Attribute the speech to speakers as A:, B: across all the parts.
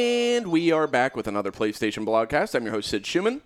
A: We are back with another PlayStation blogcast. I'm your host Sid Schumann.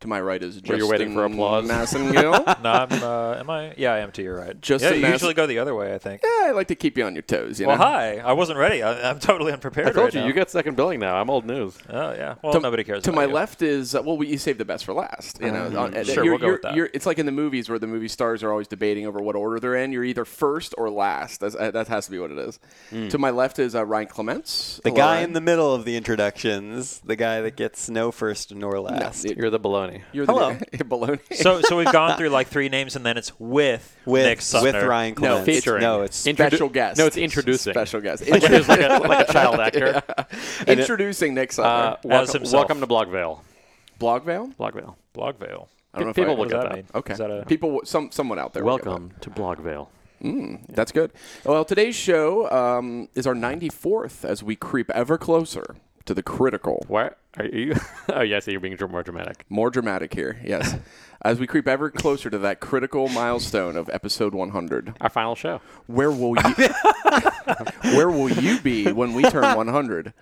A: To my right is
B: Were
A: Justin
B: you waiting for applause?
A: Massengill.
B: No, I'm. Uh, am I? Yeah, I am to your right.
A: Justin
B: yeah, you
A: Mas-
B: usually go the other way. I think.
A: Yeah, I like to keep you on your toes. You
B: Well,
A: know?
B: hi. I wasn't ready. I, I'm totally unprepared.
C: I told
B: right
C: you,
B: now.
C: you got second billing now. I'm old news.
B: Oh yeah. Well,
A: To,
B: nobody cares.
A: To
B: about
A: my
B: you. Mm-hmm.
A: left is uh, well, we, you saved the best for last. You know, on- uh,
B: Sure,
A: you're-
B: we'll go
A: you're-
B: with that.
A: you're- it's like in the movies where the movie stars are always debating over what order they're in. You're either first or last. That's, uh, that has to be what it is.
B: Mm.
A: To my left is uh, Ryan Clements,
D: The
A: Hello,
D: guy
A: Ryan.
D: in the middle of the introductions, the guy that gets no first nor last.
A: it-
C: You're the baloney.
A: You're the
D: Hello.
A: baloney.
B: So, so we've gone through like three names, and then it's with Nick
D: with
B: Sumner.
D: with Ryan Clements.
C: featuring.
D: No, it's
C: Introdu-
A: special guest.
C: No, it's introducing.
A: Special guest.
C: Like, it's like, a, like a child actor.
A: Introducing Nick
C: Uh,
A: Sumner.
B: As
C: welcome,
B: himself.
C: welcome to Blockvale.
A: Blogvale.
C: Blockvale.
B: Blogvale.
A: I don't know if
C: People
A: I-
C: will
B: What does
C: get
B: that
C: that.
B: mean?
A: Okay.
B: Is that a-
A: People, some, someone out there. will get
C: Welcome to Blockvale.
A: that. That's good. Well, today's show um, is our 94th as we creep ever closer to the critical.
C: Where are you? oh, yeah, I see you're being dr- more dramatic.
A: More dramatic here, yes. As we creep ever closer to that critical milestone of episode 100,
C: Our final show.
A: where will you, where will you be when we turn 100?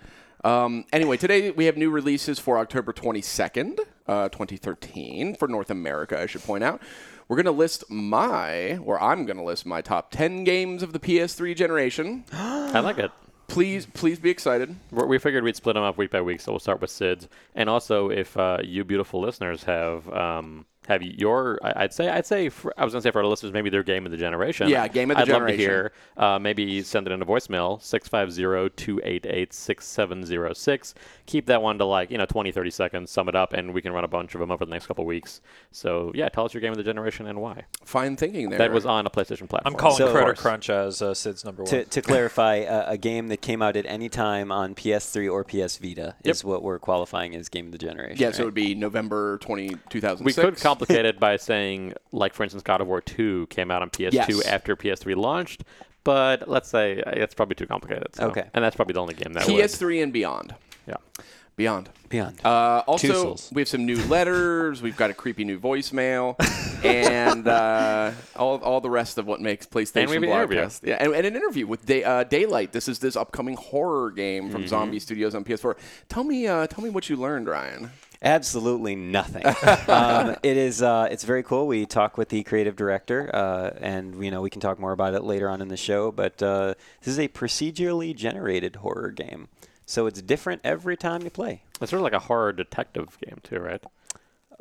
A: Um, anyway, today we have new releases for October 22nd, uh, 2013, for North America. I should point out. We're going to list my, or I'm going to list my top 10 games of the PS3 generation.
C: I like it.
A: Please, please be excited.
C: We're, we figured we'd split them up week by week, so we'll start with Sid's. And also, if uh, you beautiful listeners have um, have your, I, I'd say, I'd say, for, I was gonna say for our listeners, maybe their game of the generation.
A: Yeah, game of the
C: I'd
A: generation.
C: love to hear. Uh, maybe send it in a voicemail 650-288-6706. Keep that one to like you know 20, 30 seconds. Sum it up, and we can run a bunch of them over the next couple weeks. So yeah, tell us your game of the generation and why.
A: Fine thinking there.
C: That was on a PlayStation platform.
B: I'm calling
D: So-
B: Critter Crunch as uh, Sid's number one.
D: to, to clarify, uh, a, a game that came out at any time on PS3 or PS Vita is what we're qualifying as game of the generation.
A: Yeah, so it
D: right?
A: would be November 20, 2006.
C: We could complicate it by saying, like, for instance, God of War 2 came out on PS2
A: Yes.
C: after PS3 launched, but let's say uh, it's probably too complicated. so-
D: Okay.
C: And that's probably the only game that would.
A: PS3 and beyond.
C: Yeah.
A: Beyond.
D: beyond.
A: Uh, also,
D: Toosles.
A: we have some new letters. We've got a creepy new voicemail, and uh, all, all the rest of what makes PlayStation
C: And we have an interview.
A: Blogcast. Yeah, and, and an interview with Day, uh, Daylight. This is this upcoming horror game
C: Mm-hmm.
A: from Zombie Studios on PS4. Tell me, uh, tell me what you learned, Ryan.
D: Absolutely nothing. um, it is. Uh, it's very cool. We talk with the creative director, uh, and you know we can talk more about it later on in the show. But uh, this is a procedurally generated horror game, so it's different every time you play.
C: It's sort of like a horror detective game, too, right?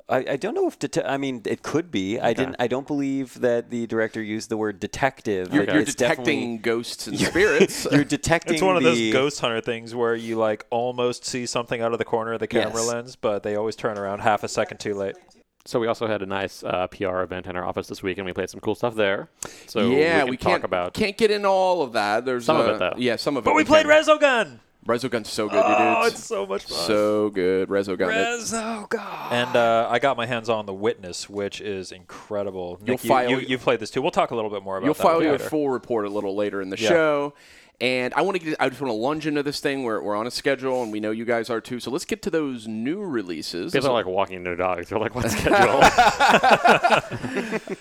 D: I, I don't know if det- I mean it could be. I didn't. I don't believe that the director used the word detective.
A: You're,
D: Like,
A: you're
D: it's
A: detecting ghosts and spirits.
D: definitely- You're detecting.
B: it's one of
D: the-
B: those ghost hunter things where you like almost see something out of the corner of the camera
D: Yes.
B: lens, but they always turn around half a second too late.
C: So we also had a nice uh, PR event in our office this week, and we played some cool stuff there. So
A: yeah,
C: we can
A: can't
C: talk about.
A: can't get in all of that. There's
C: Some of
A: uh,
C: it, though.
A: Yeah, some of it.
B: But we played
A: can.
B: Resogun.
A: Resogun's so good,
B: Oh,
A: dude.
B: it's so much fun.
A: so good. Resogun. It-
B: Resogun. And uh, I got my hands on The Witness, which is incredible. Nick, you
A: file-
B: you, you played this too. We'll talk a little bit more about
A: You'll
B: that
A: file your
B: later.
A: full report a little later in the
B: Yeah.
A: show. And I want to get, I just want to lunge into this thing. We're, we're on a schedule, and we know you guys are too. So let's get to those new releases.
C: People are like walking their dogs. They're like, what schedule?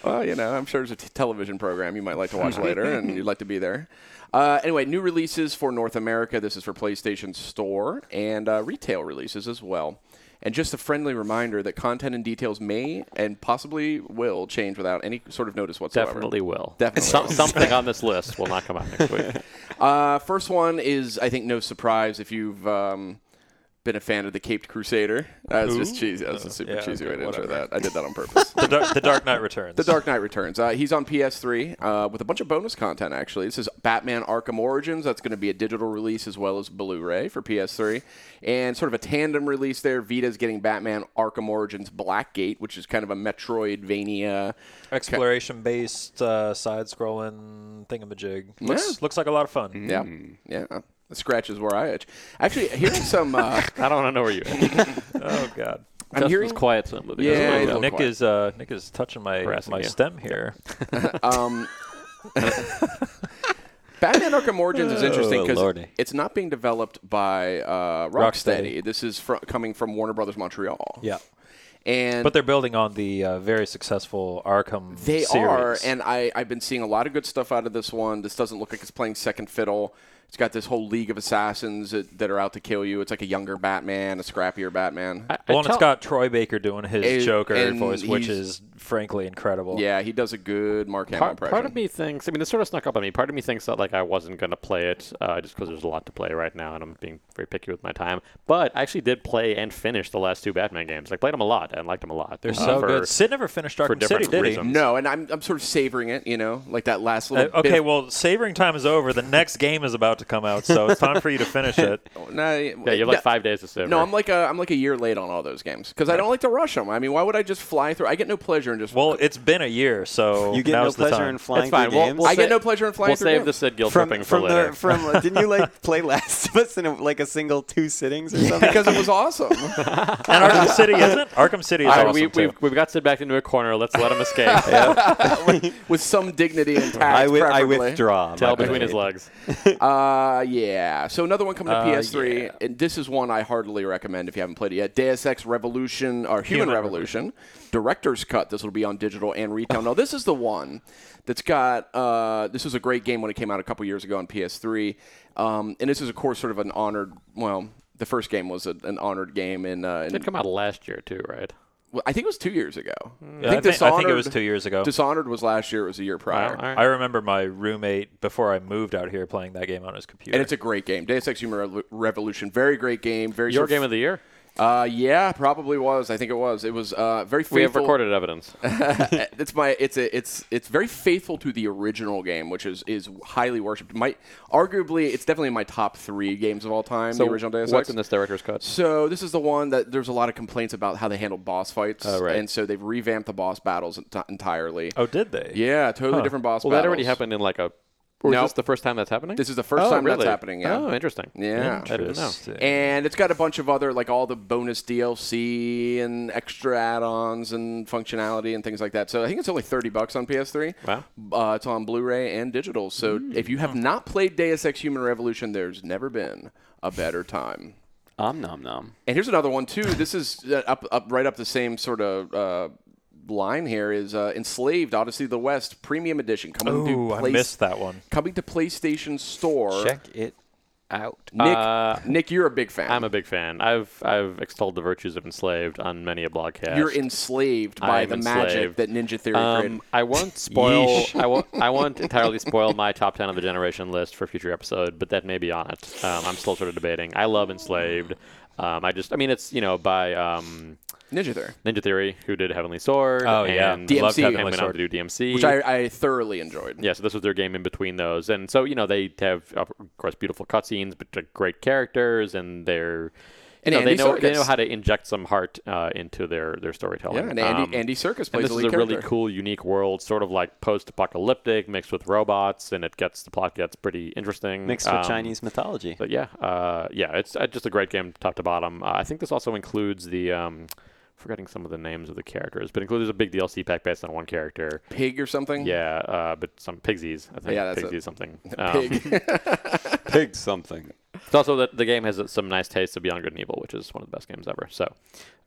A: Well, you know, I'm sure there's a t- television program you might like to watch later, and you'd like to be there. Uh, anyway, new releases for North America. This is for PlayStation Store and uh, retail releases as well. And just a friendly reminder that content and details may and possibly will change without any sort of notice whatsoever.
C: Definitely will.
A: Definitely
C: Some,
A: will.
C: something on this list will not come out next week.
A: Uh, first one is, I think, no surprise if you've um, been a fan of the Caped Crusader. That was just cheesy. That was a super
B: Oh, yeah,
A: cheesy
B: okay,
A: way to intro
B: whatever.
A: that. I did that on purpose.
B: the, Dark, the Dark Knight Returns.
A: the Dark Knight Returns. Uh, he's on PS3 uh, with a bunch of bonus content, actually. This is Batman Arkham Origins. That's going to be a digital release as well as Blu ray for PS3. And sort of a tandem release there. Vita's getting Batman Arkham Origins Blackgate, which is kind of a Metroidvania.
B: exploration based uh, side scrolling thingamajig. Looks
A: Yeah. Mm-hmm.
B: looks like a lot of fun.
A: Yeah. Yeah. uh, The scratch is where I itch. Actually, hearing some. Uh,
C: I don't want to know where you are.
B: Oh God.
A: I'm hearing
C: Justin's quiet some of the
A: Yeah,
C: other
A: he's
C: ones.
A: a little
B: Nick
A: quiet.
B: is uh, Nick is touching my
C: Harassing
B: my
C: you.
B: stem here.
A: Um, Batman Arkham Origins is interesting
D: Oh,
A: because
D: lordy.
A: it's not being developed by uh, Rocksteady.
B: Rocksteady.
A: This is fr- coming from Warner Brothers Montreal.
B: Yeah.
A: and
B: But they're building on the uh, very successful Arkham.
A: they
B: series.
A: are, and I I've been seeing a lot of good stuff out of this one. This doesn't look like it's playing second fiddle. It's got this whole league of assassins that, that are out to kill you. It's like a younger Batman, a scrappier Batman.
C: I, I
B: Well, and it's
C: tell-
B: got Troy Baker doing his
A: And-
B: Joker
A: and
B: voice, which
A: he's-
B: is frankly incredible.
A: yeah, he does a good Mark Hamill
C: part,
A: impression.
C: part of me thinks. I mean, this sort of snuck up on me. Part of me thinks that like I wasn't gonna play it uh, just because there's a lot to play right now, and I'm being very picky with my time. But I actually did play and finish the last two Batman games. Like played them a lot and liked them a lot.
B: They're
C: Uh,
B: so
C: for-
B: good. Sid never finished Dark
C: for
B: City,
C: different
B: did he?
C: reasons.
A: no, and I'm, I'm sort of savoring it, you know, like that last
B: Uh,
A: little. bit
B: okay,
A: of-
B: well, savoring time is over. The next game is about to come out, so it's time for you to finish it.
A: Nah,
C: Yeah, you have like five days to sit.
A: No, I'm like a I'm like a year late on all those games because I don't like to rush them. I mean, why would I just fly through? I get no pleasure in just.
B: Well, it's been a year, so
D: You get
B: now's
D: no
B: the
D: pleasure
B: time.
D: in flying
C: It's fine.
D: through
C: We'll-
D: games.
C: we'll
A: I get
C: say-
A: no pleasure in flying
C: We'll
A: through
C: save
A: games.
C: the Sid guilt
D: from
C: tripping
D: from
C: for later.
D: the from uh, didn't you like play Last of Us in a, like a single two sittings or something?
A: because it was awesome.
B: And Arkham City isn't. Arkham City is
C: All right,
B: awesome
C: we,
B: too.
C: we've, we've got Sid back into a corner. Let's let him escape.
A: with some dignity intact.
D: I, wi- I
A: preferably.
D: withdraw.
C: Tail
D: my
C: between
D: bad.
C: his legs.
A: Uh, yeah. So another one coming to
B: Uh,
A: PS3,
B: yeah.
A: and this is one I heartily recommend if you haven't played it yet. Deus Ex Revolution or Human,
B: Human
A: Revolution. director's cut. This will be on digital and retail. now this is the one that's got. Uh, this was a great game when it came out a couple years ago on PS3, um, and this is of course sort of an honored. Well, the first game was a, an honored game in. Uh, in
C: Did come out last year too, right?
A: well, I think it was two years ago.
B: Yeah, I, think, I think it was two years ago.
A: Dishonored was last year. It was a year prior.
C: Wow, all right.
B: I remember my roommate before I moved out here playing that game on his computer.
A: And it's a great game. Deus Ex Human Revol- Revolution, very great game. Very
C: Your
A: sort of-
C: game of the year.
A: Uh, yeah, probably was. I think it was. It was uh, very faithful.
C: We have recorded evidence.
A: it's my. It's a. It's it's very faithful to the original game, which is is highly worshipped. My arguably, it's definitely in my top three games of all time.
C: So
A: the original Deus Ex.
C: what's in this director's cut?
A: So this is the one that there's a lot of complaints about how they handle boss fights,
C: Oh, right.
A: and so they've revamped the boss battles ent- entirely.
B: oh, did they?
A: Yeah, totally different boss.
C: Well,
A: battles.
C: that already happened in like a. Or
A: No.
C: is this the first time that's happening?
A: This is the first
C: Oh,
A: time
C: really?
A: that's happening. Yeah.
C: Oh, interesting.
A: yeah.
C: I didn't know.
B: Interesting.
A: And it's got a bunch of other, like all the bonus DLC and extra add-ons and functionality and things like that. So I think it's only thirty bucks on PS3.
C: Wow.
A: Uh, it's on Blu-ray and digital. So if you have not played Deus Ex: Human Revolution, there's never been a better time.
D: Om nom nom.
A: And here's another one too. This is uh, up, up right up the same sort of uh, line. Here is uh, Enslaved: Odyssey of the West Premium Edition coming
B: Ooh,
A: to
B: I
A: place-
B: missed that one.
A: coming to PlayStation Store.
D: Check it out.
A: Nick,
C: Uh,
A: Nick, you're a big fan.
C: I'm a big fan. I've I've extolled the virtues of enslaved on many a blogcast.
A: You're enslaved by
C: am
A: the magic
C: enslaved.
A: that Ninja Theory created.
C: Um, I won't spoil. I won't. I won't entirely spoil my top ten of the generation list for a future episode, but that may be on it. Um, I'm still sort of debating. I love Enslaved. Um, I just. I mean, it's you know by um,
A: Ninja Theory,
C: Ninja Theory, who did Heavenly Sword.
B: Oh, yeah.
C: and
A: DMC.
C: loved Heavenly
B: Heavenly
C: went on
B: Sword.
C: to do DMC,
A: which I, I thoroughly enjoyed.
C: yeah, so this was their game in between those, and so you know they have of course beautiful cutscenes, but they're great characters, and they're
A: And
C: you know, they
A: Andy
C: know they
A: Serkis.
C: know how to inject some heart uh, into their their storytelling.
A: Yeah, and Andy,
C: Um,
A: Andy Circus
C: and
A: plays
C: this
A: the
C: is
A: lead
C: a
A: character.
C: really cool, unique world, sort of like post-apocalyptic, mixed with robots, and it gets the plot gets pretty interesting.
D: Mixed with
C: Um,
D: Chinese mythology.
C: But yeah, uh, yeah, it's uh, just a great game, top to bottom. Uh, I think this also includes the. Um, Forgetting some of the names of the characters, but includes a big DLC pack based on one character.
A: pig or something.
C: Yeah, uh, but some pigsies. I think
A: Yeah, that's
C: pigsies
A: it.
C: something. um,
A: pig.
D: Pig something.
C: It's also that the game has some nice taste of Beyond Good and Evil, which is one of the best games ever. So,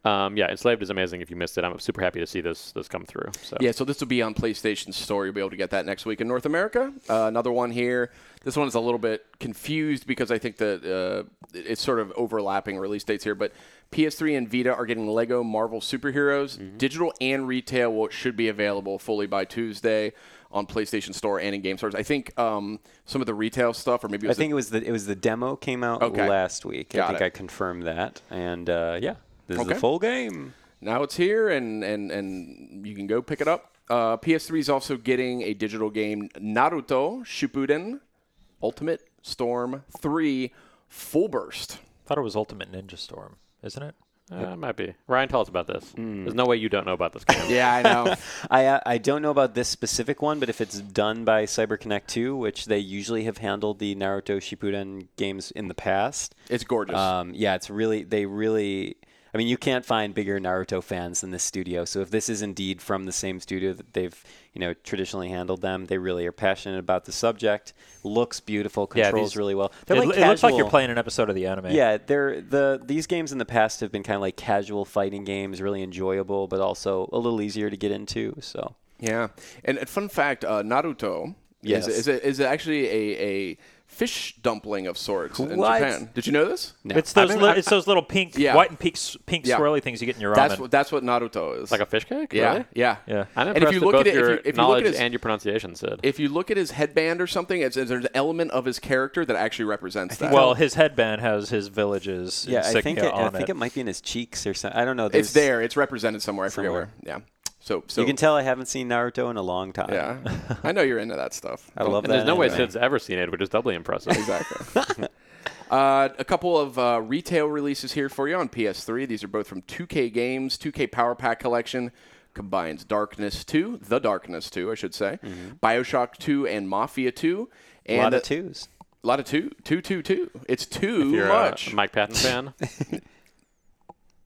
C: um, yeah, Enslaved is amazing. If you missed it, I'm super happy to see this this come through. So,
A: yeah, so this will be on PlayStation Store. You'll be able to get that next week in North America. Uh, another one here. This one is a little bit confused because I think that uh, it's sort of overlapping release dates here. But PS3 and Vita are getting Lego Marvel Superheroes digital and retail. Well, it should be available fully by Tuesday on PlayStation Store and in game stores. I think um, some of the retail stuff, or maybe it
D: I
A: was the
D: think it was the it was the demo came out
A: Okay.
D: last week.
A: Got
D: I think
A: it.
D: I confirmed that, and uh, yeah, this is
A: Okay.
D: the full game.
A: now it's here and and and you can go pick it up. Uh, PS3 is also getting a digital game Naruto Shippuden Ultimate Storm 3 Full Burst.
B: thought it was Ultimate Ninja Storm, isn't it?
C: uh, it might be. Ryan, tell us about this.
A: Mm.
C: There's no way you don't know about this game.
A: Yeah, I know.
D: I uh, I don't know about this specific one, but if it's done by CyberConnect 2, which they usually have handled the Naruto Shippuden games in the past,
A: it's gorgeous.
C: Uh,
D: um, yeah, it's really they really. I mean, you can't find bigger Naruto fans than this studio. So if this is indeed from the same studio that they've you know traditionally handled them, they really are passionate about the subject. Looks beautiful,
B: Yeah,
D: controls
B: these-
D: really well.
B: It,
D: They're like
B: lo- it looks like you're
D: casual-
B: playing an episode of the anime.
D: yeah, they're the these games in the past have been kind of like casual fighting games, really enjoyable, but also a little easier to get into. So
A: yeah. And, and fun fact uh, Naruto
C: Yes.
A: Is, is, it, is it actually a, a fish dumpling of sorts in
D: What?
A: Japan? Did you know this?
D: No.
B: It's those
C: I've
B: li-
C: been-
B: it's those little pink,
A: Yeah.
B: white and pink, s- pink
A: Yeah.
B: swirly things you get in your ramen.
A: That's what, that's what Naruto is.
C: Like a fish cake?
A: yeah,
C: Really?
A: yeah,
B: Yeah.
C: I'm
A: And
C: impressed
A: if you
C: with
A: look at
C: both
A: it, if
C: your
A: you- if you look
C: knowledge
A: at his-
C: and your pronunciation, Sid.
A: If you look at his headband or something, it's, it's- there's an element of his character that actually represents that.
B: well, his headband has his villages
D: Yeah, I
B: insignia
D: think it, I
B: on
D: think it might be in his cheeks or something. I don't know.
A: it's
D: There's-
A: there. It's represented somewhere. I forget
D: Somewhere.
A: where. Yeah. So, so
D: You can tell I haven't seen Naruto in a long time.
A: Yeah, I know you're into that stuff.
D: I love
C: and there's
D: that
C: no way
D: anyway.
C: Sid's ever seen it, which is doubly impressive.
A: Exactly. uh, a couple of uh, retail releases here for you on PS3. These are both from 2K Games. 2K Power Pack Collection combines Darkness 2, The Darkness 2, I should say,
D: Mm-hmm.
A: Bioshock 2, and Mafia 2.
D: A
A: And
D: lot of twos.
A: A lot of two, two, two, two. It's too
C: You're
D: uh,
A: much.
C: a Mike Patton fan.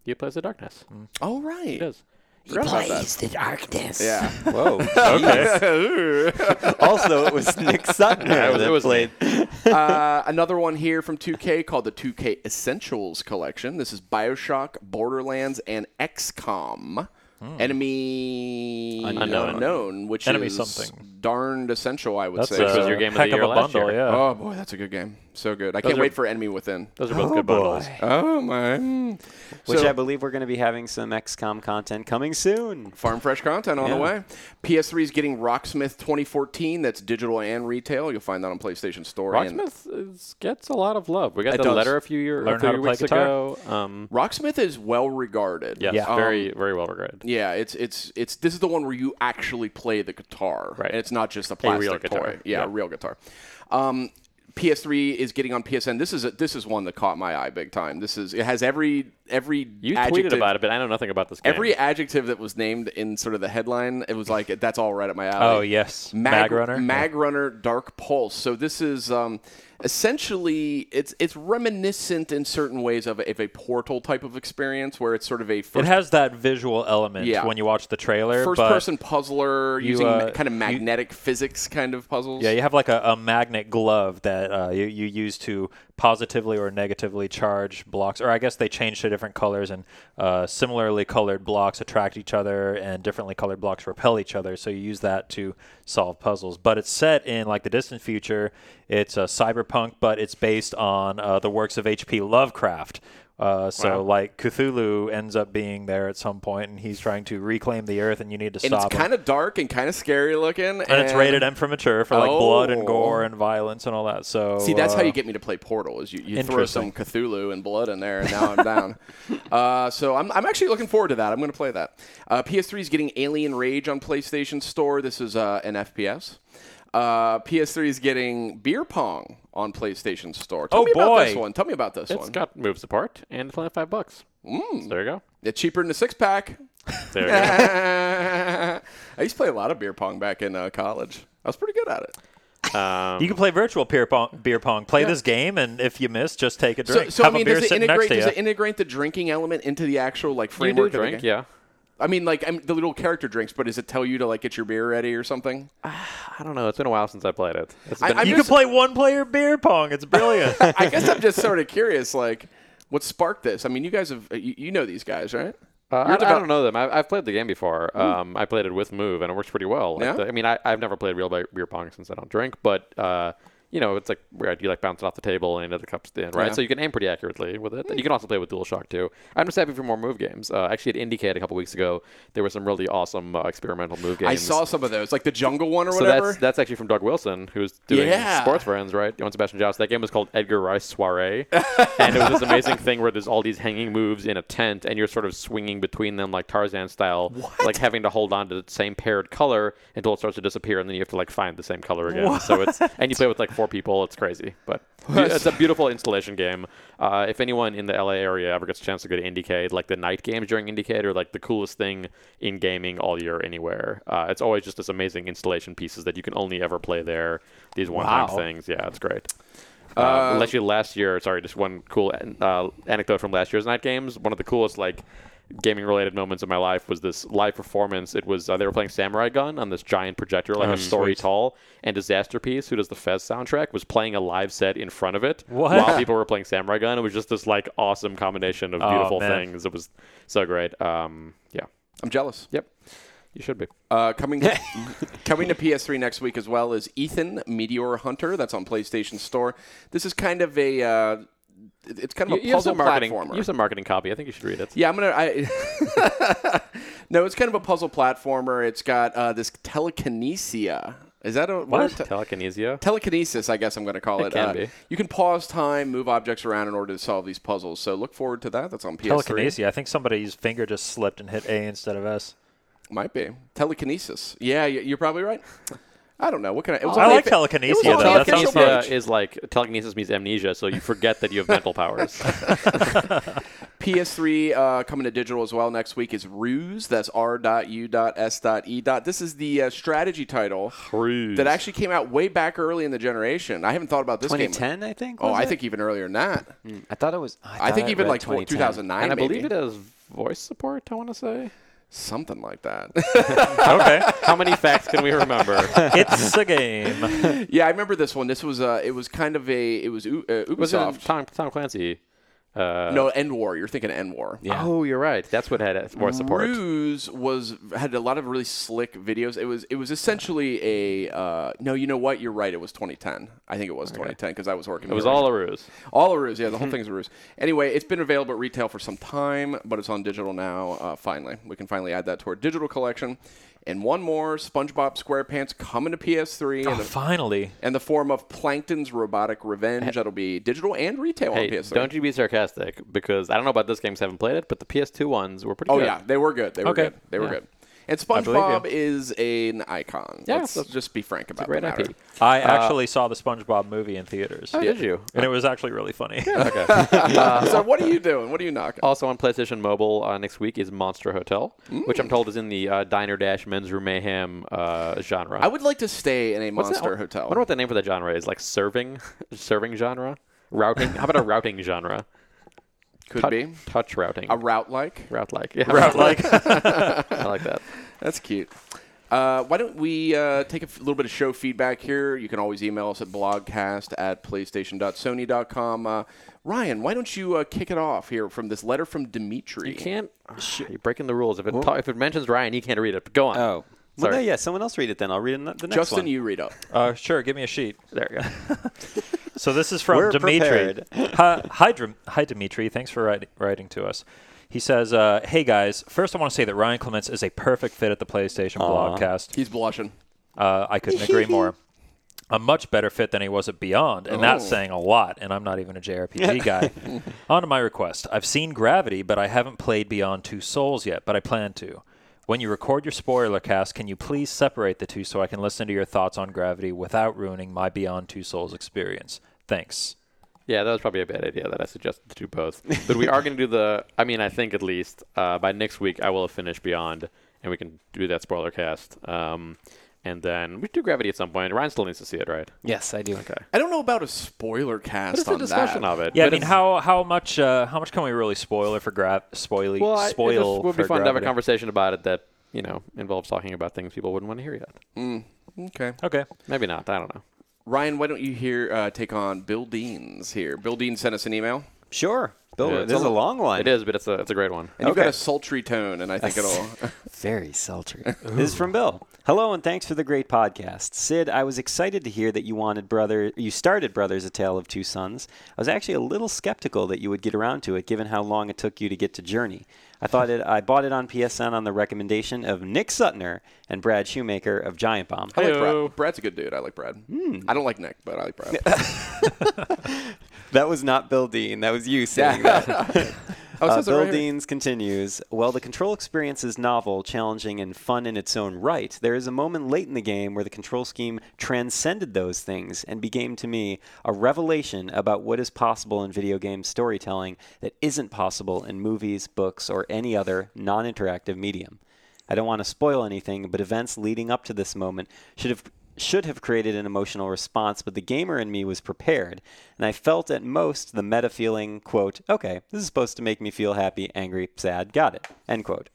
C: he plays the darkness.
A: oh right.
C: He does.
A: Forgot about that.
E: the darkness.
A: Yeah.
D: Whoa. okay. also, it was Nick Sutton.
C: Yeah, it was-
D: that
C: it was
D: played.
A: uh, another one here from 2K called the 2K Essentials Collection. This is Bioshock, Borderlands, and XCOM. Enemy
C: Unknown.
A: unknown, which
B: Hmm. Enemy
A: is
B: something.
A: darned essential, I would
B: That's uh,
A: say.
B: a
C: was your game of the
B: heck
C: year
B: of a
C: last
B: bundle,
C: year.
B: yeah.
A: oh boy, that's a good game. So good. I can't
C: are-
A: wait for Enemy Within.
C: Those are both good bundles.
A: Oh my!
D: Which
A: So-
D: I believe we're going to be having some XCOM content coming soon.
A: Farm fresh content on the
D: Yeah.
A: way. PS3 is getting Rocksmith 2014. That's digital and retail. You'll find that on PlayStation Store. and-
C: Rocksmith is, gets a lot of love. We got
A: It
C: the
A: does.
C: letter a few, year,
B: Learn
C: a few
B: how to play
C: weeks
B: guitar.
C: ago. Um,
A: Rocksmith is well regarded. Um,
C: yes,
B: Yeah.
C: very very well regarded.
A: Yeah, it's it's it's this is the one where you actually play the guitar.
C: Right.
A: And it's not just a
C: A
A: plastic
C: real guitar.
A: toy. Yeah, a
C: Yeah.
A: real guitar. Um, PS3 is getting on PSN. This is a, this is one that caught my eye big time. This is it has every every
C: You
A: adjective,
C: tweeted about it, but I know nothing about this game.
A: every adjective that was named in sort of the headline. It was like that's all right at my alley.
B: Oh yes,
A: Mag,
B: Mag, Runner.
A: Mag Runner Dark Pulse. So this is um, essentially it's it's reminiscent in certain ways of a, of a Portal type of experience where it's sort of a
B: it
A: first
B: has that visual element
A: Yeah.
B: when you watch the trailer.
A: first
B: but
A: person puzzler using
B: uh,
A: kind of
B: you-
A: magnetic physics kind of puzzles.
B: Yeah, you have like a, a magnet glove that uh, you, you use to positively or negatively charge blocks, or I guess they change to different colors, and uh, similarly colored blocks attract each other, and differently colored blocks repel each other. So you use that to solve puzzles. But it's set in like the distant future. It's uh, cyberpunk, but it's based on uh, the works of H.P. Lovecraft. Uh, so like Cthulhu ends up being there at some point, and he's trying to reclaim the earth, and you need to
A: and
B: stop.
A: it's
B: him.
A: kind of dark and kind of scary looking, and,
B: And it's rated M for mature for like blood
A: Oh.
B: and gore and violence and all that. So
A: See, that's how
B: uh,
A: you get me to play Portal. Is you, you throw some
B: Interesting.
A: Cthulhu and blood in there, and now I'm down. Uh, so I'm, I'm actually looking forward to that. I'm going to play that. Uh, PS3 is getting Alien Rage on PlayStation Store. This is uh, an FPS. Uh, PS3 is getting Beer Pong on PlayStation Store. Tell
B: Oh,
A: me about this
B: boy.
A: one. Tell me about this
C: it's
A: one. Mm.
C: got moves apart and it's only five bucks. So there you go.
A: It's cheaper than a six pack.
C: There you go.
A: I used to play a lot of beer pong back in uh, college. I was pretty good at it.
C: Um,
B: uh, You can play virtual beer pong. Beer pong. Play this game, and if you miss, just take a
A: So,
B: drink.
A: so I
B: Have
A: mean,
B: a beer
A: does it
B: sitting next
A: integrate?
B: to you.
A: Does it integrate the drinking element into the actual like
C: you do
A: framework of the
C: drink,
A: game?
C: yeah.
A: I mean, like I'm, the little character drinks, but does it tell you to like get your beer ready or something?
C: I don't know. It's been a while since I played it. It's
A: I-
C: been,
A: I'm
B: you
A: just-
B: can play one player beer pong. It's brilliant.
A: I guess I'm just sort of curious, like what sparked this? I mean, you guys have you, you know these guys, right?
C: uh, I,
A: you're Hmm.
C: I don't know them. I, I've played the game before. Um, I played it with Move, and it works pretty well. Like
A: Yeah?
C: the- I mean, I, I've never played real bi- beer pong since I don't drink, but uh, you know, it's like weird. You like bounce it off the table and into the cups at the end, right?
A: Yeah.
C: So you can aim pretty accurately with it. You can also play with DualShock too. I'm just happy for more Move games. Uh, actually, at Indiecade a couple weeks ago, there were some really awesome uh, experimental Move games.
A: I saw some of those, like the jungle one or
C: So
A: whatever.
C: that's that's actually from Doug Wilson, who's doing
A: Yeah.
C: Sports Friends, right? On Sebastian Joust. That game was called Edgar Rice Soiree, and it was this amazing thing where there's all these hanging moves in a tent, and you're sort of swinging between them like Tarzan style, like having to hold on to the same paired color until it starts to disappear, and then you have to like find the same color again. So it's and you play with like four people. It's crazy, but it's a beautiful installation game. Uh, if anyone in the LA area ever gets a chance to go to IndieCade, like the night games during IndieCade are like the coolest thing in gaming all year anywhere. Uh, it's always just this amazing installation pieces that you can only ever play there. These one-time
B: Wow.
C: things, yeah, it's great. Uh, unless you last year, sorry, just one cool uh, anecdote from last year's night games. One of the coolest like gaming related moments of my life was this live performance. It was uh, they were playing Samurai Gun on this giant projector,
B: Oh,
C: like a story tall, and Disaster Piece, who does the Fez soundtrack, was playing a live set in front of it
B: What?
C: while people were playing Samurai Gun. It was just this like awesome combination of
B: Oh,
C: beautiful
B: man.
C: things. It was so great. Um, yeah.
A: I'm jealous.
C: Yep. You should be.
A: Uh, coming to, coming to PS3 next week as well is Ethan Meteor Hunter. That's on PlayStation Store. This is kind of a uh, it- it's kind of
C: You,
A: a
C: you have
A: puzzle
C: some Oh, marketing.
A: platformer.
C: You have some marketing copy. I think you should read it.
A: yeah, I'm gonna. I, no, it's kind of a puzzle platformer. It's got uh, this telekinesia. Is that a
C: What?
A: word?
C: Telekinesia.
A: telekinesis, I guess I'm going to call it.
C: can
A: Uh,
C: be.
A: You can pause time, move objects around in order to solve these puzzles. So look forward to that. That's on PS3.
B: Telekinesia. I think somebody's finger just slipped and hit A instead of S.
A: Might be telekinesis. Yeah, y- you're probably right. I don't know. What can I? It was
B: I
A: only
B: like
A: if it-
B: telekinesia,
A: it was
B: though.
A: only
B: That
A: if it's
B: sounds
A: a
B: fun.
A: page.
C: Telekinesia is like telekinesis means amnesia, so you forget that you have mental powers.
A: PS3 uh, coming to digital as well next week is Ruse. That's R.U.S.E. E This is the uh, strategy title that actually came out way back early in the generation. I haven't thought about this game.
D: 2010, I think.
A: Oh,
D: was
A: I
D: it?
A: think even earlier than that.
C: Hmm.
D: I thought it was.
A: I
D: thought
A: think
D: I
A: even
D: read
A: like tw-
D: 2010.
A: 2009,
C: and I
A: maybe.
C: believe it has voice support. I want to say.
A: Something like that.
B: okay.
C: How many facts can we remember?
B: It's a game.
A: yeah, I remember this one. This was uh, it was kind of a it was U- uh,
C: Was it
A: Ubisoft.
C: Tom Tom Clancy? Uh,
A: no, End War. You're thinking End War.
D: Yeah.
C: Oh, you're right. That's what had more support.
A: Ruse was had a lot of really slick videos. It was it was essentially a uh, no, you know what? You're right. It was 2010. I think it was 2010 because I was working.
C: It was all a ruse.
A: all a ruse. Yeah, the
C: Mm-hmm.
A: whole thing's a ruse. Anyway, it's been available at retail for some time, but it's on digital now. Uh, finally, we can finally add that to our digital collection. And one more SpongeBob SquarePants coming to PS3
B: Oh,
A: in, the,
B: finally.
A: in the form of Plankton's Robotic Revenge. That'll be digital and retail on
C: Hey,
A: PS3.
C: don't you be sarcastic because I don't know about this game. 'cause I haven't played it, but the PS2 ones were pretty
A: Oh
C: good.
A: yeah, they were good. They were
B: Okay.
A: good. They were
C: Yeah.
A: good. And
B: believe you.
A: SpongeBob is an icon.
C: Yeah,
A: let's,
C: that's-
A: just be frank about
C: great
A: the matter.
C: IP.
B: I actually saw the SpongeBob movie in theaters.
C: Oh, did you?
B: And it was actually really funny.
C: Uh,
A: so what are you doing? What are you knocking?
C: Also on PlayStation Mobile uh, next week is Monster Hotel, which
A: Mm.
C: I'm told is in the uh, Diner Dash Men's Room Mayhem uh, genre.
A: I would like to stay in a
C: What's that-
A: monster
C: I
A: hotel.
C: wonder what the name for that genre is. Like serving, serving genre, routing. How about a routing genre?
A: Could
C: Tou-
A: be
C: touch routing.
A: a route like.
C: route like. Yeah,
B: Route like.
C: I like that.
A: That's cute. Uh, why don't we uh, take a f- little bit of show feedback here? You can always email us at blogcast at playstation.sony.com. Uh, Ryan, why don't you uh, kick it off here from this letter from Dimitri?
C: You can't. Ah, You're breaking the rules. If it ta- if it mentions Ryan, you can't read it. But go on.
D: Oh. Well,
C: Sorry.
D: no, yeah. Someone else read it then. I'll read it in the, the next
A: Justin,
D: one.
A: you read up.
B: Uh, sure, give me a sheet.
C: There we go.
B: So this is from
D: We're
B: Dimitri.
D: prepared.
B: hi, hi, Dr- hi, Dimitri. Thanks for write- writing to us. He says, uh, "Hey guys, first I want to say that Ryan Clements is a perfect fit at the PlayStation blogcast.
A: He's blushing.
B: Uh, I couldn't agree more. A much better fit than he was at Beyond, and that's
A: Oh.
B: saying a lot. And I'm not even a JRPG guy. On to my request. I've seen Gravity, but I haven't played Beyond Two Souls yet, but I plan to. When you record your spoiler cast, can you please separate the two so I can listen to your thoughts on Gravity without ruining my Beyond Two Souls experience? Thanks.
C: Yeah, that was probably a bad idea that I suggested to do both. But we are going to do the. I mean, I think at least uh, by next week I will have finished Beyond, and we can do that spoiler cast. Um, and then we do Gravity at some point. Ryan still needs to see it, right?
D: Yes, I do. Okay.
A: I don't know about a spoiler
C: What is
A: cast
C: the
A: on
C: discussion
A: that.
C: of it?
B: Yeah, I
C: But
B: mean,
C: it's-
B: how how much uh, how much can we really spoiler for gra- spoily
C: well, I-
B: spoil?
C: It just would be
B: for
C: fun to have a
B: Gravity?
C: conversation about it that you know involves talking about things people wouldn't want to hear yet.
A: Okay.
B: Okay.
C: Maybe not. I don't know.
A: Ryan, why don't you here uh, take on Bill Dean's here? Bill Dean sent us an email,
D: Sure. Bill,
C: Yeah, it's
D: this is
C: a-
D: a long one.
C: It is, but it's a it's a great one.
A: and you've got
D: Okay.
A: a sultry tone, and I think it'll.
D: Very sultry. this is from Bill. Hello and thanks for the great podcast. Sid, I was excited to hear that you wanted brother you started Brothers A Tale of Two Sons. I was actually a little skeptical that you would get around to it given how long it took you to get to Journey. I thought it I bought it on PSN on the recommendation of Nick Sutner and Brad Shoemaker of Giant Bomb.
A: I like
C: Heyo. Hmm.
A: Brad. Brad's a good dude. I like Brad. I don't like Nick, but I like Brad.
D: That was not Bill Dean, that was you saying
A: Yeah.
D: that.
A: Oh, it
D: Uh,
A: says it
D: Bill
A: right here.
D: Deans continues. While the control experience is novel, challenging, and fun in its own right, there is a moment late in the game where the control scheme transcended those things and became to me a revelation about what is possible in video game storytelling that isn't possible in movies, books, or any other non interactive medium. I don't want to spoil anything, but events leading up to this moment should have should have created an emotional response, but the gamer in me was prepared, and I felt at most the meta feeling, quote, okay, this is supposed to make me feel happy, angry, sad, got it, end quote.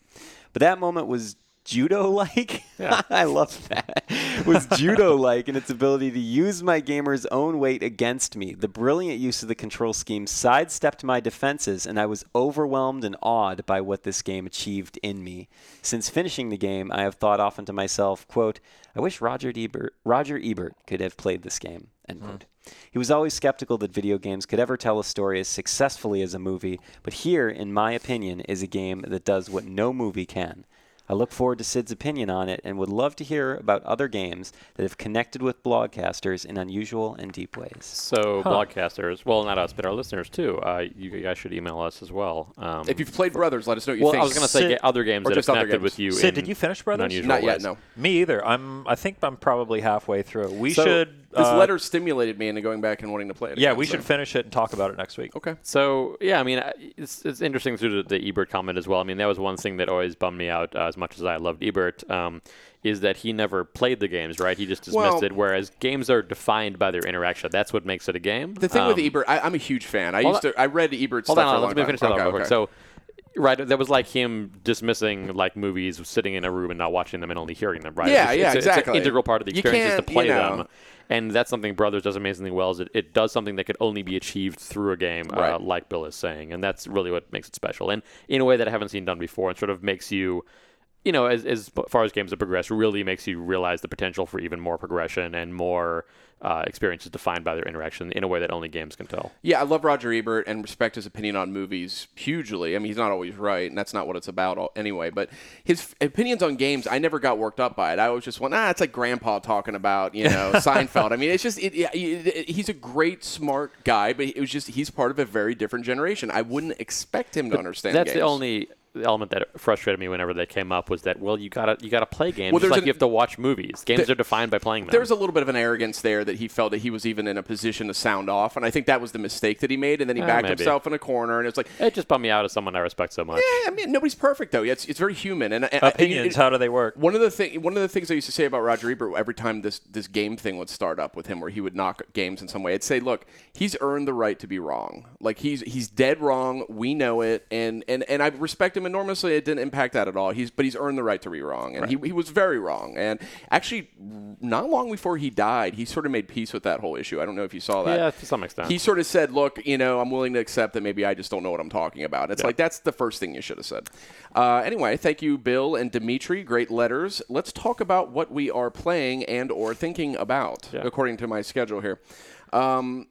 D: But that moment was judo like. I love that. Was judo like in its ability to use my gamer's own weight against me. The brilliant use of the control scheme sidestepped my defenses, and I was overwhelmed and awed by what this game achieved in me. Since finishing the game, I have thought often to myself, quote, I wish Roger Ebert, Roger Ebert could have played this game. End quote. He was always skeptical that video games could ever tell a story as successfully as a movie, but here, in my opinion, is a game that does what no movie can. I look forward to Sid's opinion on it and would love to hear about other games that have connected with blogcasters in unusual and deep ways.
C: So broadcasters, well, not us, but our listeners too. Uh, you guys should email us as well. Um,
A: If you've played Brothers, let us know what you
C: well,
A: think.
C: I was going to say
B: Sid-
C: get other games
A: or
C: that have
A: just other
C: connected
A: games.
C: with you.
B: Sid,
C: in
B: did you finish Brothers?
C: an unusual
A: Not yet,
C: ways.
A: no.
B: Me either. I'm. I think I'm probably halfway through. We
C: So,
B: should.
A: This
B: uh,
A: letter stimulated me into going back and wanting to play it.
B: Yeah,
A: again,
B: we
A: so-
B: should finish it and talk about it next week.
A: Okay.
C: So yeah, I mean, I- it's, it's interesting through the, the Ebert comment as well. I mean, that was one thing that always bummed me out. Uh, as much as I loved Ebert, um, is that he never played the games, right? He just dismissed
A: Well-
C: it. Whereas games are defined by their interaction. That's what makes it a game.
A: The thing with
C: Um,
A: Ebert, I, I'm a huge fan. I
C: hold
A: used
C: on-
A: to. I read Ebert's stuff
C: Hold on,
A: for a
C: hold on,
A: long
C: let me
A: time.
C: finish that
A: Okay,
C: okay, real quick.
A: okay.
C: So, right, that was like him dismissing like movies, sitting in a room and not watching them and only hearing them. Right?
A: Yeah,
C: It's-
A: yeah,
C: it's a- It's an
A: exactly.
C: integral part of the
A: You
C: experience is to
A: can't, you
C: play
A: know.
C: them, and that's something Brothers does amazingly well. Is it, it does something that could only be achieved through a game, uh,
A: Right.
C: like Bill is saying, and that's really what makes it special, and in a way that I haven't seen done before, and sort of makes you. You know, as, as far as games have progressed, really makes you realize the potential for even more progression and more uh, experiences defined by their interaction in a way that only games can tell.
A: Yeah, I love Roger Ebert and respect his opinion on movies hugely. I mean, he's not always right, and that's not what it's about al- anyway. But his f- opinions on games, I never got worked up by it. I always just went, ah, it's like Grandpa talking about you know Seinfeld. I mean, it's just it, yeah, it, it- he's a great, smart guy, but it was just he's part of a very different generation. I wouldn't expect him to understand.
C: That's the
A: games.
C: only element that frustrated me whenever they came up was that well you gotta you gotta play games
A: Well,
C: just
A: there's
C: like
A: an-
C: you have to watch movies games are defined by playing them
A: There's a little bit of an arrogance there that he felt that he was even in a position to sound off, and I think that was the mistake that he made. And then he
C: Ah,
A: backed
C: maybe.
A: himself in a corner, and it's like,
C: it just bummed me out as someone I respect so much
A: eh, I mean, nobody's perfect though. It's it's very human. And, uh, and and you-
B: Opinions. how do they work?
A: One of the thing, one of the things I used to say about Roger Ebert every time this this game thing would start up with him, where he would knock games in some way, I'd say, "Look, he's earned the right to be wrong. Like he's he's dead wrong. We know it, and and and I respect him enormously. It didn't impact that at all. He's but he's earned the right to be wrong, and he he was very wrong. And actually, not long before he died, he sort of made peace with that whole issue. I don't know if you saw that.
C: Yeah, to some extent.
A: He sort of said, "Look, you know, I'm willing to accept that maybe I just don't know what I'm talking about." It's like that's the first thing you should have said. Uh, anyway, thank you, Bill and Dimitri. Great letters. Let's talk about what we are playing and or thinking about
C: Yeah.
A: according to my schedule here. Um,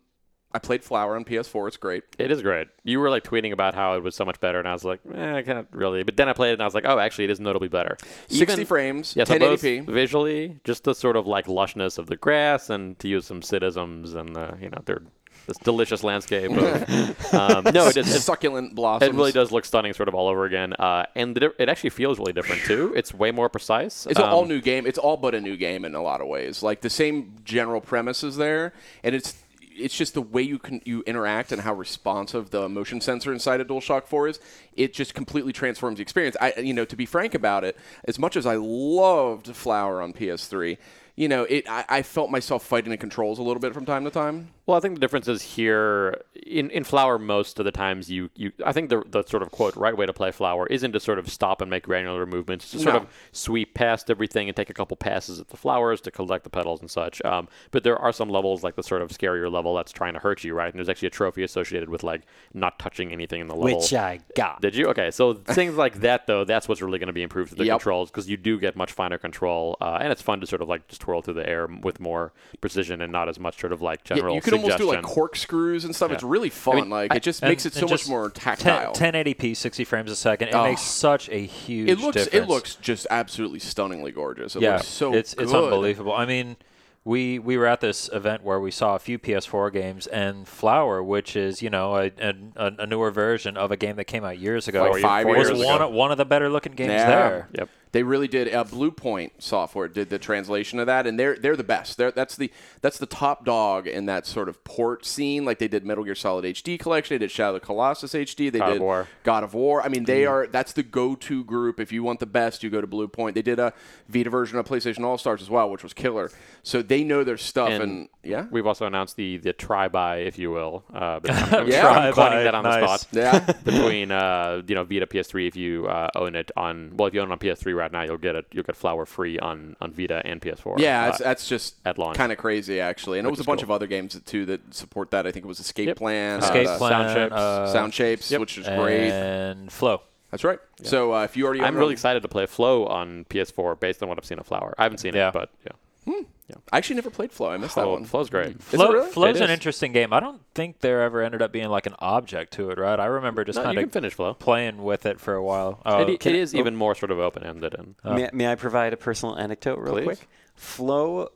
A: I played Flower on PS4. It's great.
C: it is great you were like tweeting about how it was so much better and I was like eh, I can't really but then I played it and I was like oh actually it is notably better
A: 60 frames,
C: yeah, so both
A: 1080p.
C: visually just the sort of like lushness of the grass and to use some citizens and the you know their this delicious landscape of, um, no it is it's
A: Succulent blossoms.
C: It really does look stunning, sort of all over again, uh, and the, di- it actually feels really different too. It's way more precise.
A: It's an
C: Um,
A: all new game. It's all but a new game in a lot of ways. Like the same general premise is there, and it's it's just the way you can you interact and how responsive the motion sensor inside of DualShock 4 is. It just completely transforms the experience. I you know to be frank about it, as much as I loved Flower on PS3, you know it I, I felt myself fighting the controls a little bit from time to time.
C: Well, I think the difference is here in, in Flower. Most of the times, you, you I think the the sort of quote right way to play Flower isn't to sort of stop and make granular movements, to sort
A: No.
C: of sweep past everything and take a couple passes at the flowers to collect the petals and such. Um, but there are some levels like the sort of scarier level that's trying to hurt you, right? And there's actually a trophy associated with like not touching anything in the level,
D: Which I got.
C: Did you? Okay, so things like that though, that's what's really going to be improved through the
A: Yep.
C: controls because you do get much finer control, uh, and it's fun to sort of like just twirl through the air m- with more precision and not as much sort of like
A: Yeah,
C: general.
A: you can almost do like
C: suggestion.
A: corkscrews and stuff. It's really fun. like it just
B: And-
A: makes it so
B: and
A: much
B: just
A: more
B: 10
A: tactile.
B: 1080p, 60 frames a second. It
A: Oh.
B: makes such a huge
A: it looks
B: difference.
A: it looks just absolutely stunningly gorgeous. It
B: yeah,
A: looks so
B: it's
A: good.
B: it's unbelievable. I mean, we we were at this event where we saw a few PS4 games and Flower, which is you know a, a, a newer version of a game that came out years ago,
A: Like five
B: was
A: years
B: one
A: ago.
B: of, one of the better looking games
A: Yeah.
B: there.
C: Yep.
A: They really did. Uh, Blue Point Software did the translation of that, and they're they're the best. They're, that's the that's the top dog in that sort of port scene. Like they did Metal Gear Solid HD Collection, they did Shadow of the Colossus HD, they
C: God of
A: did
C: War. Mm-hmm.
A: God of War. I mean, they are that's the go-to group. If you want the best, you go to Blue Point. They did a Vita version of PlayStation All Stars as well, which was killer. So they know their stuff, and,
C: And
A: yeah,
C: We've also announced the the try by, if you will. Uh, but I'm, I'm
A: Yeah.
C: I'm coining
B: Try-by,
C: that on the
B: nice.
C: spot.
A: yeah.
C: Between uh, you know Vita PS3 if you uh, own it on well if you own it on PS3 out now, you'll get it. You'll get Flower free on on Vita and PS4.
A: Yeah,
C: Uh,
A: it's, that's just
C: at launch.
A: kind of crazy, actually. And it was a
C: is
A: bunch
C: cool.
A: of other games too that support that. I think it was Escape
C: Yep.
A: Plan,
B: Escape
A: uh,
B: Plan,
C: Sound Shapes.
B: uh,
A: Sound Shapes, which is great.
B: and Flow.
A: That's right. So uh, if you already, own
C: Uh, I'm really
A: one-
C: excited to play Flow on PS4 based on what I've seen of Flower. I haven't seen
B: Yeah.
C: it, but yeah.
A: I actually never played Flow. I missed that
C: Flow,
A: one.
C: Flow's great.
A: it
B: Flow,
A: really?
B: Flow's
C: It
B: an
C: is.
B: interesting game. I don't think there ever ended up being like an object to it, right? I remember just
C: No, you
B: kind
C: can
B: of
C: finish Flow.
B: playing with it for a while. Oh,
C: It- it is even more sort of open ended and
D: may, may I provide a personal anecdote
C: Uh,
D: real
C: Please.
D: quick? Flow,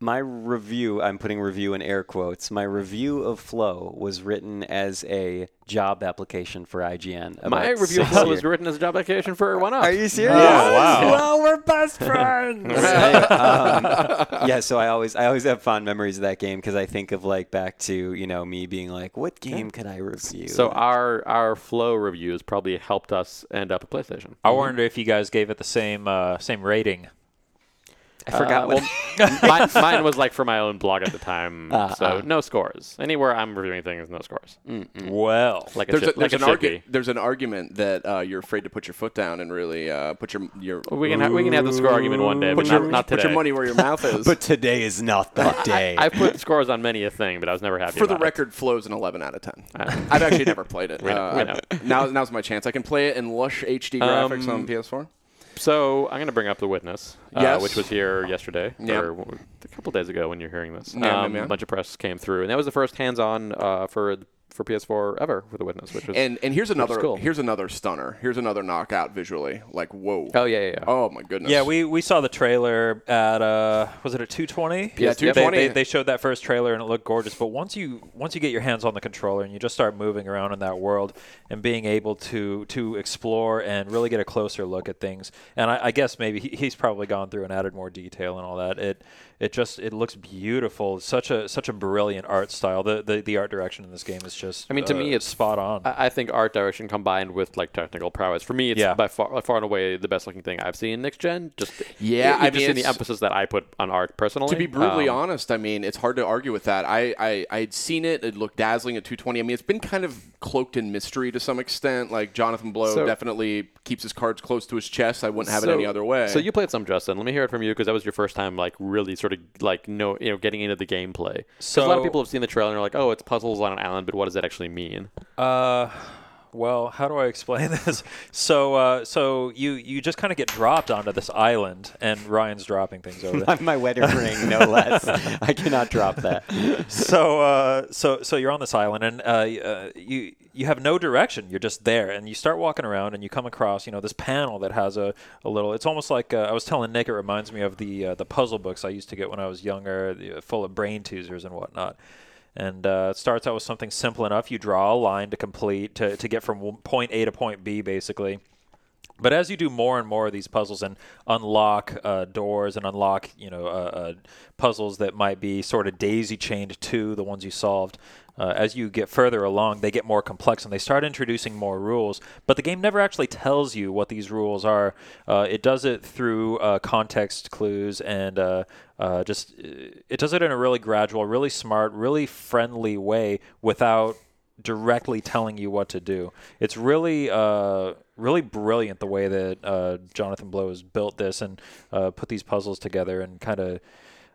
D: my review, I'm putting review in air quotes, my review of Flow was written as a job application for IGN. about
C: my review of
D: six
C: Flow
D: years-
C: was written Oh, as a job application for one up.
D: Are you serious?
B: wow.
D: Well, we're best friends. Um, yeah, so I always I always have fond memories of that game because I think of like back to you know me being like, what game could I review?
C: So our our Flow reviews probably helped us end up at PlayStation.
B: I wonder if you guys gave it the same uh, same rating.
D: I
A: Uh,
D: forgot what.
C: mine, mine was like for my own blog at the time,
A: Uh,
C: so no scores. Anywhere I'm reviewing things, no scores.
D: Mm.
B: Well,
C: Like
B: like
A: Mm.
C: it
A: There's,
C: should,
A: a, there's,
C: like it
A: an
C: should
A: argu-
C: be.
A: there's an argument that uh, you're afraid to put your foot down and really uh, put your your
C: We can have we can have the score argument one day, but
A: put
C: not,
A: your,
C: not
A: put
C: today.
A: your money where your mouth is.
D: but today is not that day.
C: I put scores on many a thing, but I was never happy.
A: for the
C: about it.
A: record, Flow's an 11 out of 10. I've actually never played it.
C: know, Uh, Um, we
A: Uh, Now now's my chance. I can play it in lush HD graphics on PS4.
C: So I'm going to bring up the witness, uh,
A: Yes.
C: which was here yesterday
A: Yeah.
C: or w- a couple days ago when you're hearing this.
A: Yeah, yeah,
C: um,
A: yeah.
C: A bunch of press came through, and that was the first hands-on uh, for for PS4 ever for the witness, which was
A: And and here's another
C: cool.
A: here's another stunner. Here's another knockout visually. Like whoa.
C: oh yeah yeah. yeah.
A: Oh my goodness.
B: yeah, we, we saw the trailer at uh, was it a two twenty?
A: Yeah,
B: they,
A: 220.
B: they, they showed that first trailer and it looked gorgeous. But once you once you get your hands on the controller and you just start moving around in that world and being able to to explore and really get a closer look at things, and I, I guess maybe he, he's probably gone through and added more detail and all that. It it just it looks beautiful. Such a such a brilliant art style. The the, the art direction in this game is just.
C: I mean, to
B: uh,
C: me, it's-
B: spot on.
C: I I think art direction combined with like technical prowess. For me, it's
B: Yeah.
C: by far, by far and away the best looking thing I've seen in next gen. Just
A: Yeah,
C: it-
A: I
C: it just
A: mean,
C: in the
A: it's-
C: emphasis that I put on art personally.
A: To be brutally
C: Um,
A: honest, I mean, it's hard to argue with that. I, I I had seen it; it looked dazzling at 220. I mean, it's been kind of cloaked in mystery to some extent. Like Jonathan Blow
C: So-
A: definitely keeps his cards close to his chest. I wouldn't have
C: so-
A: it any other way.
C: So you played some, Justin. Let me hear it from you because that was your first time, like really sort of like no, you know, getting into the gameplay. So a lot
B: So-
C: of people have seen the trailer and are like, "Oh, it's puzzles on an island," but what does that actually mean?
B: Uh, well, how do I explain this? So, uh, so you you just kind of get dropped onto this island, and Ryan's dropping things over there.
D: my wedding ring, no less. I cannot drop that.
B: so, uh, so, so you're on this island, and uh, y- uh, you you have no direction. You're just there, and you start walking around, and you come across you know this panel that has a, a little. It's almost like uh, I was telling Nick. It reminds me of the uh, the puzzle books I used to get when I was younger, the- uh, full of brain teasers and whatnot. And uh, it starts out with something simple enough. You draw a line to complete to, to get from point A to point B, basically. But as you do more and more of these puzzles and unlock uh, doors and unlock, you know, uh, uh, puzzles that might be sort of daisy chained to the ones you solved, uh, as you get further along, they get more complex and they start introducing more rules. But the game never actually tells you what these rules are. Uh, it does it through uh, context clues and uh, uh, just it does it in a really gradual, really smart, really friendly way without directly telling you what to do. It's really, uh, really brilliant the way that uh, Jonathan Blow has built this and uh, put these puzzles together and kind of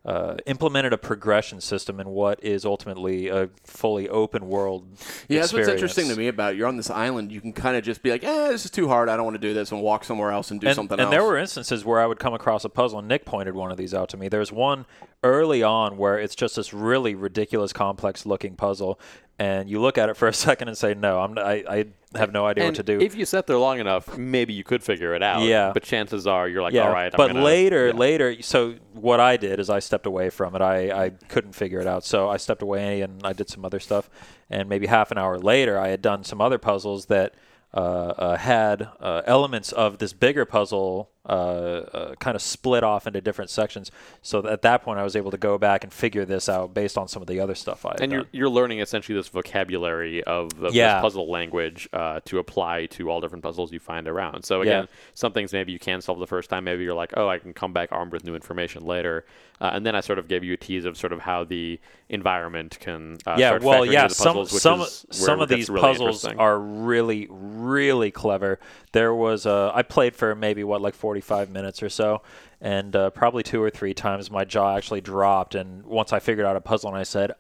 B: uh, implemented a progression system in what is ultimately a fully open world.
A: Yeah, that's what's interesting to me about it. you're on this island. You can kind of just be like, "Eh, this is too hard. I don't want to do this," and walk somewhere else and do
B: and,
A: something
B: and
A: else.
B: there were instances where I would come across a puzzle, and Nick pointed one of these out to me. There's one early on where it's just this really ridiculous, complex-looking puzzle, and you look at it for a second and say, "No, I'm, I, I have no idea
C: And
B: what to do."
C: if you sat there long enough, maybe you could figure it out.
B: Yeah.
C: but chances are you're like,
B: yeah,
C: "All right." I'm
B: but
C: gonna-
B: later,
C: yeah.
B: later. So what I did is I stepped away from it. I, I couldn't figure it out, so I stepped away and I did some other stuff. And maybe half an hour later, I had done some other puzzles that uh, uh, had uh, elements of this bigger puzzle uh, uh, kind of split off into different sections. So at that point, I was able to go back and figure this out based on some of the other stuff I had
C: and
B: done.
C: you're, you're learning essentially this vocabulary of the,
B: Yeah.
C: this puzzle language uh, to apply to all different puzzles you find around. So
B: Yeah.
C: again, some things maybe you can solve the first time. Maybe you're like, oh, I can come back armed with new information later. Uh, and then I sort of gave you a tease of sort of how the environment can uh,
B: yeah,
C: start
B: well,
C: factoring
B: yeah.
C: into the
B: Some
C: puzzles, which
B: some
C: is where
B: some
C: it
B: of
C: gets
B: these
C: really
B: puzzles
C: interesting.
B: are really really clever. There was uh, I played for maybe what like 45 minutes or so, and uh, probably two or three times my jaw actually dropped. And once I figured out a puzzle, and I said,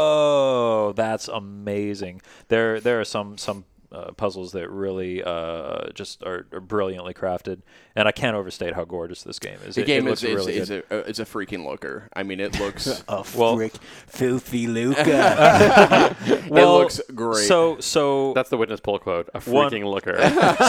B: "Oh, that's amazing!" There, there are some some uh, puzzles that really uh, just are, are brilliantly crafted, and I can't overstate how gorgeous this game is.
A: The
B: It-
A: game
B: it
A: is,
B: looks
A: is,
B: really
A: is,
B: good.
A: a, is a freaking looker. I mean, it looks
D: A
B: Well-
D: frick, filthy Luca.
B: Well,
A: looks great.
B: So, so
C: That's the witness poll quote. A
B: One-
C: freaking looker.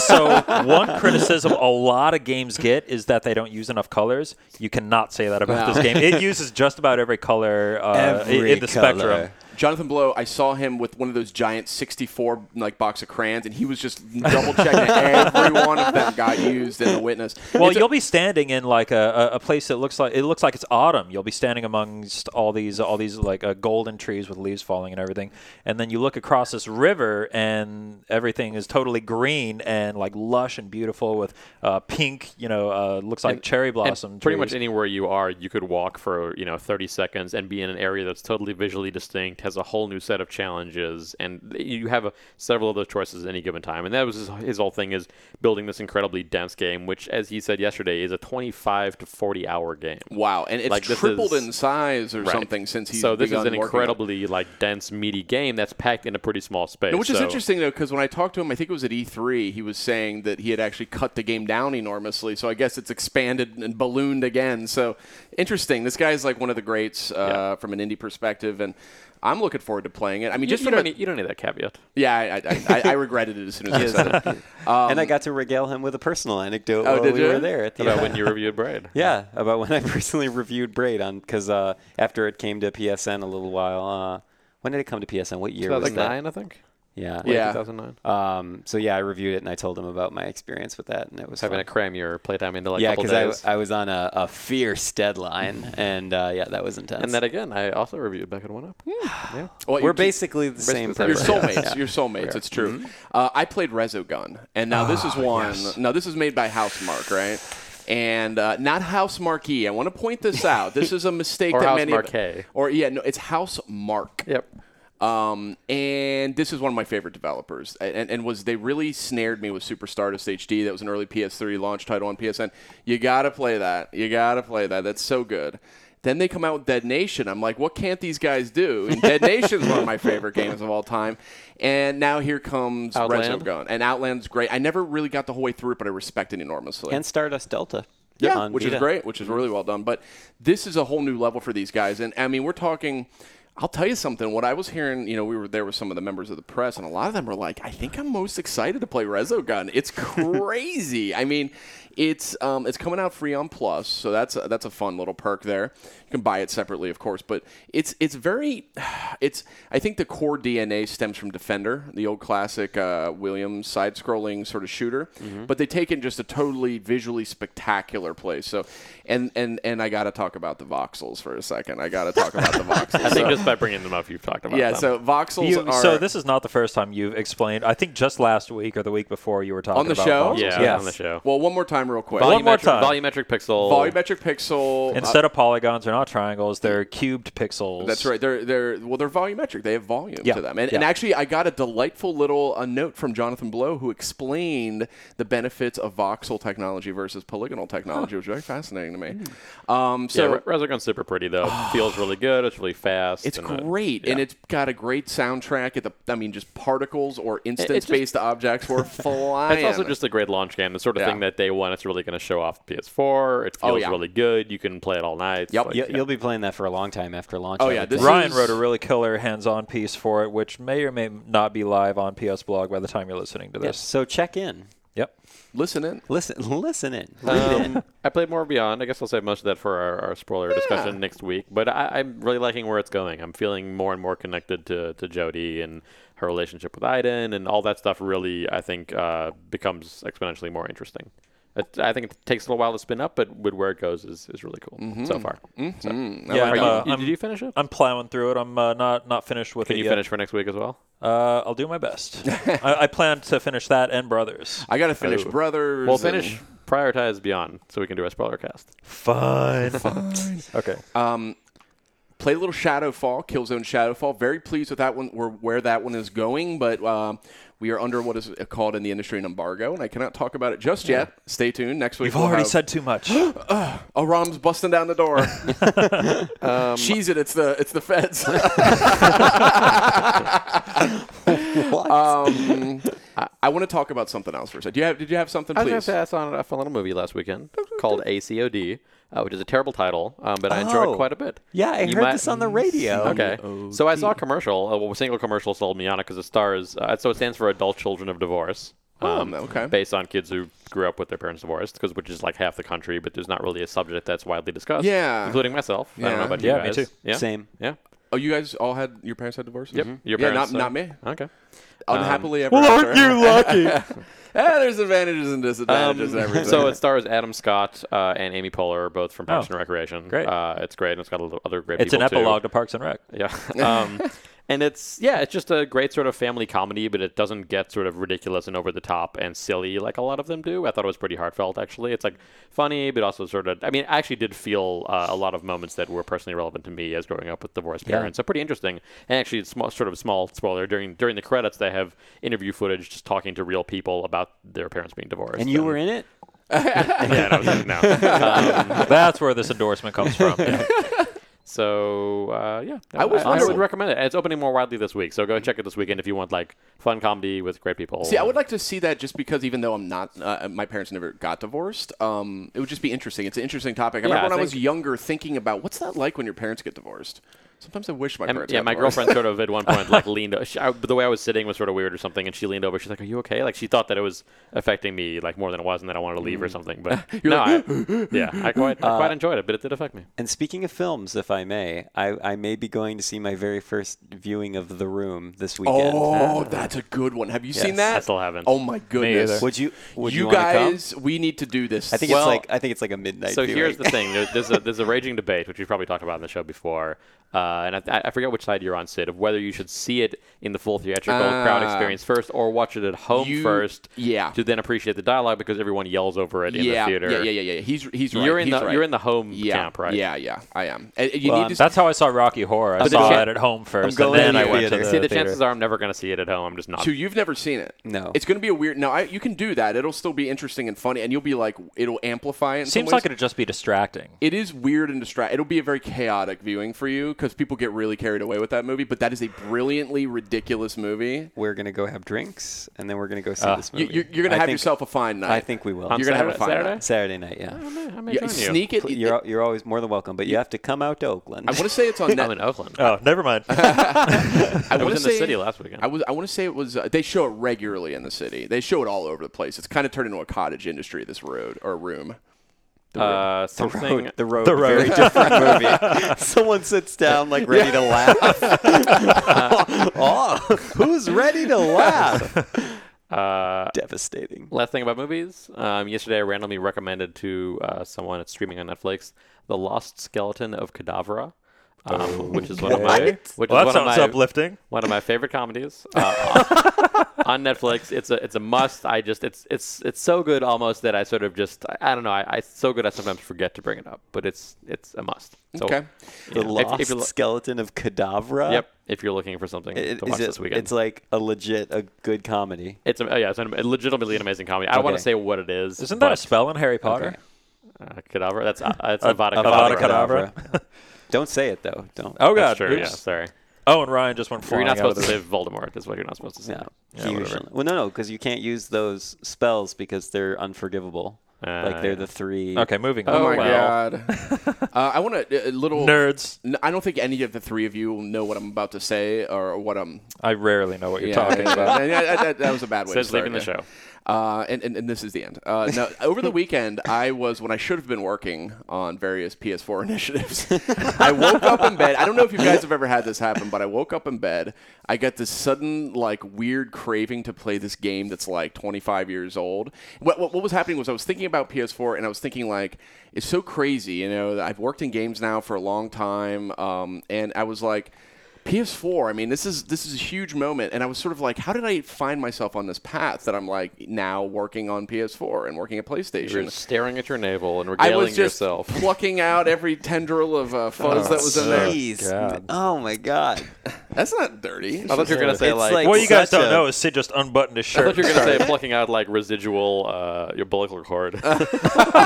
B: so one criticism a lot of games get is that they don't use enough colors. You cannot say that about
A: No.
B: this game. It uses just about every color uh, i-
D: Every
B: in the
D: color.
B: spectrum.
A: Jonathan Blow, I saw him with one of those giant 64 like box of crayons, and he was just double checking every one of them got used in the witness.
B: Well,
A: It's a-
B: you'll be standing in like a, a a place that looks like it looks like it's autumn. You'll be standing amongst all these all these like uh, golden trees with leaves falling and everything, and then you look across this river and everything is totally green and like lush and beautiful with uh, pink. You know, uh, looks like cherry
C: And
B: blossom.
C: pretty much
B: trees.
C: anywhere you are, you could walk for you know 30 seconds and be in an area that's totally visually distinct, has a whole new set of challenges, and you have a, several of those choices at any given time. And that was his, his whole thing is building this incredibly dense game, which, as he said yesterday, is a 25 to 40 hour game.
A: wow, and it's
C: Like, this
A: tripled
C: is-
A: in size or
C: Right.
A: something since he's
C: so this is
A: begun
C: an
A: working on it.
C: incredibly like dense, meaty game that's packed in a pretty small space.
A: No, Which is
C: So-
A: interesting though, because when I talked to him, I think it was at E3, he was saying that he had actually cut the game down enormously. So I guess it's expanded and ballooned again. So interesting. This guy's like one of the greats uh,
C: Yeah.
A: from an indie perspective, and I'm looking forward to playing it. I mean,
C: You,
A: just
C: you
A: from
C: don't
A: a-
C: need, you don't need that caveat.
A: yeah, I, I, I, I regretted it as soon as I said it. Um,
C: Um,
D: and I got to regale him with a personal anecdote
A: Oh,
D: while
A: did
D: we
A: you?
D: were there at the
C: About
D: event.
C: when you reviewed Braid.
D: Yeah, about when I personally reviewed Braid on because uh, after it came to PSN a little while. Uh, when did it come to PSN? What year was that?
C: 2009, I think.
D: Yeah.
A: Yeah.
C: 2009.
D: Um, so yeah, I reviewed it and I told him about my experience with that, and it was
C: having
D: fun.
C: to cram your playtime into like a
D: yeah,
C: couple
D: because
C: days.
D: I, I was on a, a fierce deadline, and uh, yeah, that was intense.
C: And then again, I also reviewed Back in One Up. yeah.
A: Well,
D: we're
A: you-
D: basically Mm-hmm. the same
C: basically
A: Your
D: person.
A: soulmates, your soulmates. It's true. Uh, I played Resogun, and
D: Ah,
A: now this is one. Now this is made by Housemark, right? And uh, not House Marquee. I want to point this out. This is a mistake
C: Or
A: that
C: House
A: many
C: Marquee.
A: or yeah, no, it's House Mark.
C: Yep.
A: Um, and this is one of my favorite developers, A- and, and was they really snared me with Super Stardust HD? That was an early PS3 launch title on PSN. You gotta play that. You gotta play that. That's so good. Then they come out with Dead Nation. I'm like, what can't these guys do? And Dead Nation's one of my favorite games of all time. And now here comes
C: Outland.
A: Resogun. And Outland's great. I never really got the whole way through it, but I respect it enormously.
D: and Stardust Delta.
A: Yeah,
D: on
A: which
D: Vita.
A: is great, Mm-hmm. which is really well done. But this is a whole new level for these guys. And I mean, we're talking. I'll tell you something. What I was hearing, you know, we were there with some of the members of the press, and a lot of them were like, "I think I'm most excited to play Resogun. It's crazy. I mean, it's um, it's coming out free on Plus, so that's a, that's a fun little perk there. You can buy it separately, of course, but it's it's very, it's. I think the core DNA stems from Defender, the old classic uh, Williams side-scrolling sort of shooter, but they take it just a totally visually spectacular place. So, and and and I got to talk about the voxels for a second. I got to talk about the voxels.
C: I think
A: So-
C: just by bringing them up, you've talked about
A: yeah,
C: them.
A: so voxels
B: You-
A: are
B: so this is not the first time you've explained. I think just last week or the week before you were talking
A: On the
B: about
A: show?
B: voxels.
C: yeah,
B: Yes.
C: on the show.
A: well, one more time, real quick.
B: Volume- one more
C: Volumetric-
B: time.
C: Volumetric pixel.
A: Volumetric pixel. uh,
B: Instead of polygons, they're not triangles; they're cubed pixels.
A: That's right. They're they're well, they're volumetric. They have volume
B: Yeah.
A: to them. And,
B: Yeah.
A: and actually, I got a delightful little uh note from Jonathan Blow who explained the benefits of voxel technology versus polygonal technology, which was very fascinating to me. Um,
C: Hmm. Yeah,
A: so
C: Re- Resogun's super pretty though. It feels really good. It's really fast.
A: it's
C: and, uh,
A: great,
C: yeah.
A: and it's got a great soundtrack. At the, I mean, just particles or
C: just-
A: instance-based objects were flying.
C: It's also just a great launch game. The sort of
A: Yeah.
C: thing that day one, it's really going to show off the PS4. It
A: Oh,
C: feels
A: yeah.
C: really good. You can play it all night.
A: Yep.
C: Like,
D: You,
C: yeah.
D: You'll be playing that for a long time after launch.
A: Oh,
D: I
A: yeah,
D: would
A: this
D: bet.
A: is-
B: Ryan wrote a really killer hands-on piece for it, which may or may not be live on PS Blog by the time you're listening to
D: Yeah,
B: this.
D: so check in,
B: Yep.
A: listen in.
D: listen, listen in, read in.
C: Um, I played more Beyond. I guess I'll save most of that for our, our spoiler discussion next week. But I, I'm really liking where it's going. I'm feeling more and more connected to, to Jody and her relationship with Aiden, and all that stuff really, I think, uh, becomes exponentially more interesting. It, I think it takes a little while to spin up, but with where it goes is, is really cool so far. So- Are
B: Yeah,
C: you-
B: Mm-hmm. uh,
C: you-
B: I'm-
C: did you finish it?
B: I'm plowing through it. I'm uh, not not finished with
C: Can
B: it
C: you
B: yet.
C: finish for next week as well?
B: Uh, I'll do my best. I, I plan to finish that and Brothers.
A: I got to finish
C: Oh.
A: Brothers.
C: We'll
A: and-
C: finish prioritize Beyond so we can do a spoiler cast.
B: Fine. okay.
A: Um, played a little Shadowfall, Killzone Shadowfall. Very pleased with that one, or where that one is going, but um, we are under what is called in the industry an embargo, and I cannot talk about it just yet. Stay tuned. Next week,
B: You've
A: we'll
B: already
A: have-
B: said too much.
A: Oh, Rom's busting down the door. um, Cheese it. It's the it's the feds.
D: What?
A: um, I, I want to talk about something else for a second. Do you have, did you have something,
C: I was going
A: please?
C: to say I saw a fun little movie last weekend called ACOD, uh, which is a terrible title, um, but I enjoyed
D: Oh.
C: quite a bit.
D: yeah, I
C: You
D: heard
C: might-
D: this on the radio.
C: Okay. So I saw a commercial. Uh, well, a single commercial sold me on it because it stars. Uh, so it stands for Adult Children of Divorce.
D: Oh,
C: Um,
A: okay.
C: Based on kids who grew up with their parents divorced, 'cause- which is like half the country, but there's not really a subject that's widely discussed.
A: Yeah.
C: Including myself. I don't
A: Yeah.
C: know about
B: Yeah,
C: you
B: me
C: guys.
B: too.
C: Yeah.
D: Same.
C: Yeah.
A: Oh, you guys all had your parents had divorces. Mm-hmm.
C: Yep. Your
A: yeah,
C: parents.
A: not,
C: uh,
A: not me.
C: Okay.
A: Unhappily ever. Well, aren't you lucky? there's advantages and disadvantages and
C: Um,
A: everything.
C: so it stars Adam Scott uh, and Amy Poehler, both from Parks
B: Oh.
C: and Recreation.
B: Great.
C: Uh, it's great, and it's got a lot of other great.
B: it's an
C: people, too.
B: epilogue to Parks and Rec.
C: Yeah. Um, and it's yeah, it's just a great sort of family comedy, but it doesn't get sort of ridiculous and over the top and silly like a lot of them do. I thought it was pretty heartfelt actually. It's like funny, but also sort of. I mean, I actually did feel uh, a lot of moments that were personally relevant to me as growing up with divorced
B: Yeah.
C: parents. So pretty interesting. And actually, it's small, sort of a small spoiler during during the credits, they have interview footage just talking to real people about their parents being divorced.
D: And you were in it?
C: yeah, no, I was in it, no. Um,
B: That's where this endorsement comes from.
C: So uh, yeah,
A: I was
C: I, would
A: wondering-
C: recommend it. And It's opening more widely this week, so go check it this weekend if you want like fun comedy with great people.
A: See, I would like to see that just because even though I'm not, uh, my parents never got divorced, um, it would just be interesting. It's an interesting topic. I
C: Yeah,
A: remember when I
C: I
A: was
C: think-
A: younger thinking about what's that like when your parents get divorced? Sometimes I wish my
C: And,
A: parents
C: yeah,
A: got
C: my
A: divorced.
C: girlfriend sort of at one point like leaned. o- She, I, the way I was sitting was sort of weird or something, and she leaned over. She's like, "Are you okay?" Like she thought that it was affecting me like more than it was, and that I wanted to leave
A: Mm.
C: or something. But no, I, yeah, I quite I
A: Uh,
C: quite enjoyed it, but it did affect me.
D: And speaking of films, if I may, I, I may be going to see my very first viewing of The Room this weekend.
A: Oh, that's a good one. Have you seen that?
C: I still haven't.
A: Oh my goodness.
B: either.
D: Would you? Would you,
A: you
D: wanna come?
A: guys, we need to do this.
D: I think
C: Well-
D: it's like I think it's like a midnight.
C: So
D: viewing.
C: here's the thing: There- there's a there's a raging debate, which we've probably talked about on the show before, uh, and I, I forget which side you're on, Sid, of whether you should see it in the full theatrical crowd
A: Ah.
C: experience first, or watch it at home
A: You-
C: first,
A: yeah.
C: to then appreciate the dialogue because everyone yells over it in
A: yeah,
C: the theater.
A: yeah, yeah, yeah, yeah. He's he's right.
C: You're in
A: he's
C: the
A: right.
C: you're in the home
A: yeah,
C: camp, right?
A: Yeah, yeah, I am. And you
B: Well,
A: need to.
B: that's how I saw Rocky Horror. I
C: But
B: saw
C: the
B: that
C: cha-
B: at home first, and
D: going
B: then
D: to
B: I
D: the
B: went to
D: theater.
B: the
C: See, the
B: theater.
C: chances are I'm never going to see it at home. I'm just not.
A: So you've never seen it?
B: Oh.
D: No.
A: It's going to be a weird. No, I, you can do that. It'll still be interesting and funny, and you'll be like, it'll amplify it. In some
B: Seems
A: ways.
B: like it'd just be distracting.
A: it is weird and distract. It'll be a very chaotic viewing for you because people get really carried away with that movie. But that is a brilliantly ridiculous movie.
D: We're gonna go have drinks, and then we're gonna go see this
A: Uh, You,
D: movie.
A: you're you're going to
D: I
A: have
D: think-
A: yourself a fine night.
D: I think we will.
C: on
A: you're gonna have a
C: Saturday-
A: fine
C: Saturday?
D: Saturday night, yeah.
C: I'm
A: Yeah,
C: enjoying you.
A: sneak it.
D: You're al- you're always more than welcome, but you have to come out to Oakland.
A: I want to say it's on.
C: I'm
A: Net-
C: in Oakland.
B: Oh, never mind.
A: I
C: I
A: want
C: was
A: to
C: in the
A: say
C: city last weekend.
A: I was. I want to say it was. Uh, they show it regularly in the city. They show it all over the place. It's kind of turned into a cottage industry. This road or room.
C: uh, something.
D: road, the road,
B: The road.
D: very different movie. Someone sits down like ready to laugh. oh, who's ready to laugh?
C: Uh,
D: Devastating.
C: Last thing about movies. Um, yesterday, I randomly recommended to uh, someone it's streaming on Netflix the Lost Skeleton of Cadavra, um, which is one of my
B: Oh, What?
C: which
B: Well,
C: is
B: that
C: one of
B: sounds
C: my
B: uplifting.
C: one of my favorite comedies uh, on Netflix. It's a it's a must. I just it's it's it's so good almost that I sort of just I, I don't know. I, I it's so good I sometimes forget to bring it up, but it's it's a must. So,
A: Okay.
D: The
C: yeah, if-
D: lost
C: if you're lo-
D: skeleton of Cadavra.
C: Yep. If you're looking for something
D: It-
C: to
D: is
C: watch
D: it-
C: this weekend,
D: It's like a legit, a good comedy.
C: it's a, oh, yeah, it's a legitimately an amazing comedy. I don't want
D: Okay.
C: to say what it is.
B: Isn't that a
C: but-
B: spell in Harry Potter?
D: Okay.
C: Uh, cadaver. That's uh, it's Avada
B: Avada
C: Kedavra.
B: Kedavra.
D: Kedavra. Don't say it though. Don't.
B: Oh
C: That's
B: god,
C: true. Yeah,
B: oops.
C: sorry.
B: Oh, and Ryan just went
C: You're
B: flying
C: not
B: out of
C: supposed to
B: the
C: say Voldemort. Is what you're not supposed to say.
D: No.
B: Yeah, whatever.
D: usually. Well, no, no, because you can't use those spells because they're unforgivable.
C: Ah,
D: like they're
C: yeah.
D: the three.
B: Okay, moving on.
A: Oh, my
C: well.
A: god. uh, I want to a little
B: Nerds.
A: N- I don't think any of the three of you will know what I'm about to say or what I'm
B: I rarely know what you're
A: yeah,
B: talking
A: yeah,
B: about.
A: yeah, yeah, that, that was a bad way.
C: Says
A: to start,
C: leaving the
A: yeah.
C: show.
A: Uh, and, and, and this is the end. Uh, no, over the weekend, I was when I should have been working on various PS4 initiatives. I woke up in bed. I don't know if you guys have ever had this happen, but I woke up in bed. I got this sudden, like, weird craving to play this game that's like 25 years old. What, what, what was happening was I was thinking about PS4 and I was thinking like, it's so crazy, you know. that I've worked in games now for a long time, um, and I was like. PS4. I mean, this is this is a huge moment, and I was sort of like, how did I find myself on this path that I'm like now working on PS4 and working at PlayStation?
C: You're staring at your navel and
A: I
C: regaling
A: was just
C: yourself.
A: plucking out every tendril of uh, fuzz
D: Oh,
A: that was in there.
D: Jeez.
B: Oh, God.
D: Oh my god.
A: That's not dirty.
C: I thought you were gonna say
D: It's
C: like.
D: like-
B: What you guys
D: such
B: don't
D: a-
B: know is Sid just unbuttoned his
C: I
B: shirt.
C: thought you were gonna say plucking out like residual uh, your umbilical cord.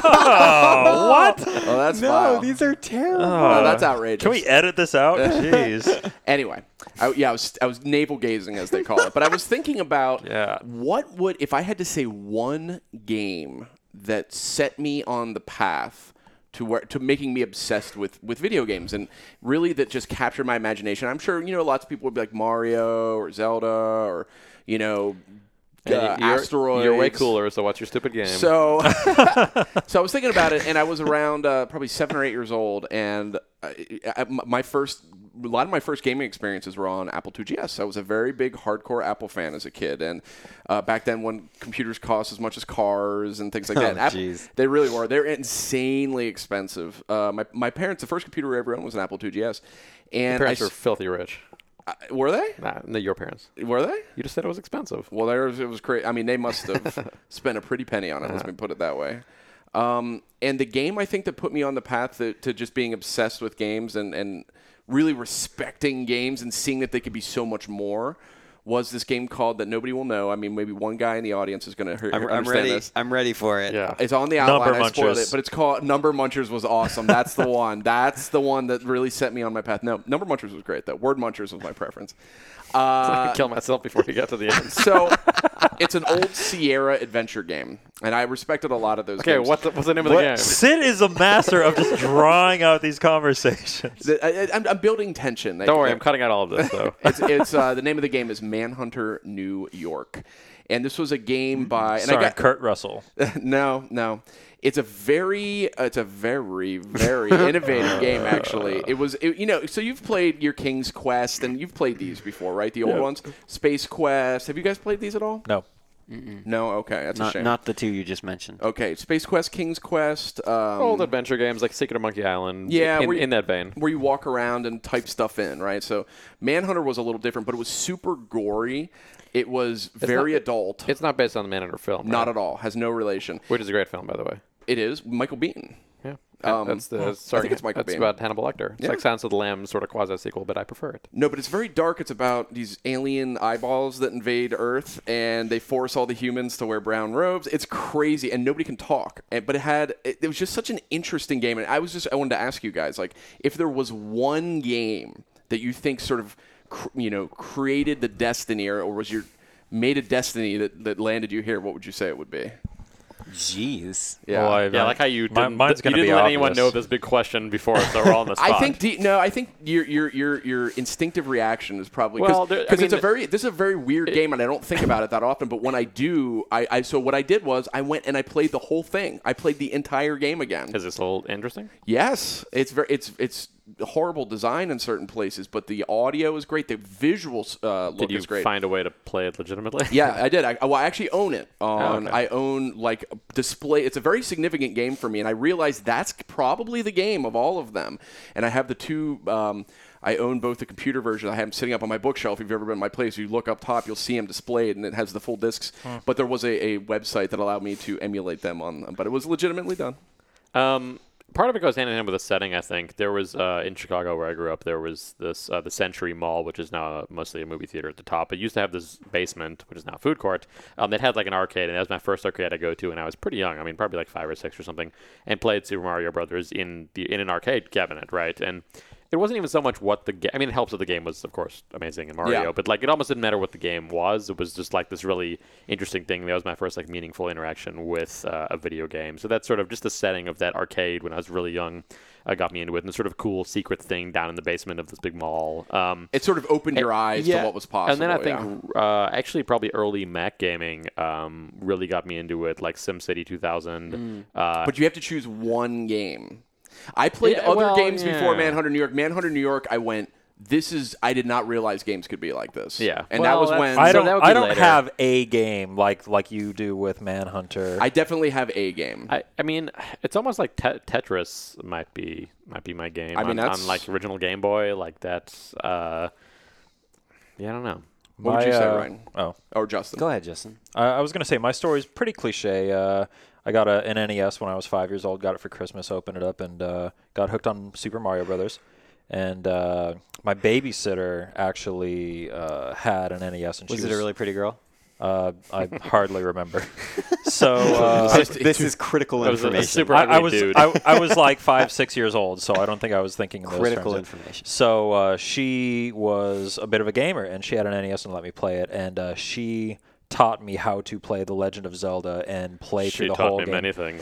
B: oh, what?
A: Oh, that's
D: no,
A: vile.
D: these are terrible.
A: Oh, that's outrageous.
B: Can we edit this out? Jeez.
A: Anyway, I, yeah, I was I was navel gazing as they call it, but I was thinking about
B: Yeah.
A: what would if I had to say one game that set me on the path to where to making me obsessed with with video games and really that just captured my imagination. I'm sure you know lots of people would be like Mario or Zelda or you know uh,
C: And y-
A: asteroids.
C: You're way cooler, so what's your stupid game?
A: So, so I was thinking about it, and I was around uh, probably seven or eight years old, and I, I, my first, a lot of my first gaming experiences were on Apple IIgs. I was a very big hardcore Apple fan as a kid, and uh, back then when computers cost as much as cars and things like that,
D: Oh,
A: App-
D: jeez.
A: they really were. They're insanely expensive. Uh, my my parents, the first computer I ever owned was an Apple IIgs, and
C: parents
A: I
C: are
A: s-
C: filthy rich.
A: I- were they?
C: Nah, no, your parents.
A: Were they?
C: You just said it was expensive.
A: Well, there was, it was crazy. I mean, they must have spent a pretty penny on it.
D: Uh-huh.
A: Let's me put it that way. Um, and the game I think that put me on the path to, to just being obsessed with games and, and really respecting games and seeing that they could be so much more was this game called that nobody will know. I mean, maybe one guy in the audience is going to
D: I'm,
A: understand
D: I'm ready.
A: this.
D: I'm ready for it.
C: Yeah.
A: It's on the outline.
B: Number
A: I spoiled
B: Munchers.
A: it, but it's called Number Munchers was awesome. That's the one. That's the one that really set me on my path. No, Number Munchers was great though. Word Munchers was my preference. Uh,
C: I could kill myself before you got to the end.
A: so it's an old Sierra adventure game, and I respected a lot of those.
C: Okay,
A: games.
C: what's the, what's the name of the game?
B: Sid is a master of just drawing out these conversations.
A: The- I, am building tension.
C: Don't worry, I'm cutting out all of this though.
A: It's, it's uh, the name of the game is Manhunter New York, and this was a game by. And
B: Sorry,
A: I got,
B: Kurt Russell.
A: no, no. It's a very, uh, it's a very, very innovative game. Actually, it was, it, you know. So you've played your King's Quest, and you've played these before, right? The old ones, Space Quest. Have you guys played these at all?
B: No.
A: No. Okay, that's a
D: Not,
A: shame.
D: not the two you just mentioned.
B: Oh.
A: okay, Space Quest, King's Quest. Um,
C: Old adventure games like Secret of Monkey Island.
A: Yeah,
C: in,
A: we-
C: in that vein.
A: where you walk around and type stuff in, right? So Manhunter was a little different, but it was super gory. It was very
C: not-
A: adult.
C: It's not based on the Manhunter film.
A: not
C: right?
A: at all. Has no relation.
C: Which is a great film, by the way.
A: It is Michael Bean.
C: Yeah.
A: Um,
C: that's the
A: I think it's Michael
C: That's
A: Biehn.
C: about Hannibal Lecter. It's like Silence of the Lambs sort of quasi sequel, but I prefer it.
A: No, but it's very dark. It's about these alien eyeballs that invade Earth, and they force all the humans to wear brown robes. It's crazy, and nobody can talk. And, but it had it, it was just such an interesting game, and I was just I wanted to ask you guys like if there was one game that you think sort of cr- you know created the destiny or, or was your made a destiny that, that landed you here, what would you say it would be?
D: Jeez.
A: Yeah.
B: Well, Oh, I-
C: Yeah, like how you
B: Mi-
C: didn't,
B: mine's
C: you
B: gonna be
C: didn't let anyone
B: obvious.
C: know this big question before, so we're all on the spot.
A: I think de- no. I think your your your your instinctive reaction is probably
C: Well,
A: because
C: there- I
A: it's a
C: mean,
A: very this is a very weird game, and I don't think about it that often. But when I do, I, I so what I did was I went and I played the whole thing. I played the entire game again.
C: is this a little interesting?
A: Yes, it's very it's it's horrible design in certain places, but the audio is great. The visual uh, look
C: Did you
A: is great.
C: find a way to play it legitimately?
A: Yeah, I did. I, well, I actually own it. On
C: Oh, okay.
A: I own like a display. It's a very significant game for me, and I realized that's probably the game of all of them. And I have the two. Um, I own both the computer version. I have them sitting up on my bookshelf. If you've ever been to my place, you look up top, you'll see them displayed, and it has the full discs.
C: Hmm.
A: But there was a, a website that allowed me to emulate them on them. But it was legitimately done.
C: Um, part of it goes hand in hand with the setting. I think there was uh, in Chicago where I grew up. There was this uh, the Century Mall, which is now mostly a movie theater at the top. It used to have this basement, which is now a food court. Um, that had like an arcade, and that was my first arcade I go to, and I was pretty young. I mean, probably like five or six or something, and played Super Mario Brothers in the in an arcade cabinet, right? And it wasn't even so much what the game. I mean, it helps that the game was, of course, amazing in Mario,
A: Yeah.
C: but like it almost didn't matter what the game was. It was just like this really interesting thing. That was my first like meaningful interaction with uh, a video game. So that's sort of just the setting of that arcade when I was really young. Uh, got me into it, and the sort of cool secret thing down in the basement of this big mall. Um,
A: It sort of opened your eyes
C: yeah.
A: to what was possible.
C: And then I
A: yeah.
C: think uh, actually probably early Mac gaming um, really got me into it, like SimCity 2000. Uh,
A: But you have to choose one game. I played
C: Yeah,
A: other
C: well,
A: games before
C: yeah.
A: Manhunter New York. Manhunter New York, I went. This is I did not realize games could be like this.
C: Yeah.
A: and
C: Well,
A: that was
C: that's-
A: when
B: I
C: So
B: don't.
C: that would be
B: I don't
C: later.
B: have a game like like you do with Manhunter.
A: I definitely have a game.
C: I, I mean, it's almost like te- Tetris might be might be my game.
A: I mean,
C: on, on
A: that's-
C: like original Game Boy, like that's. Uh, Yeah, I don't know.
A: What would you
B: My,
A: say,
B: uh,
A: Ryan?
B: Oh,
A: Or Justin?
D: Go ahead, Justin.
B: I, I was gonna say my story's pretty cliche. Uh, I got a, an NES when I was five years old. Got it for Christmas. Opened it up and uh, got hooked on Super Mario Brothers. And uh, my babysitter actually uh, had an NES, and she
D: Was it a really pretty girl?
B: Uh, I hardly remember. So uh,
A: Just-
D: This is critical
C: That was a- a
D: information.
C: super-
B: I, I was
C: dude.
B: I, I was like five six years old, so I don't think I was thinking in those
D: critical
B: terms.
D: information.
B: So uh, she was a bit of a gamer, and she had an NES and let me play it, and uh, she taught me how to play The Legend of Zelda and play
C: She
B: through the
C: taught
B: whole
C: me
B: game.
C: many things.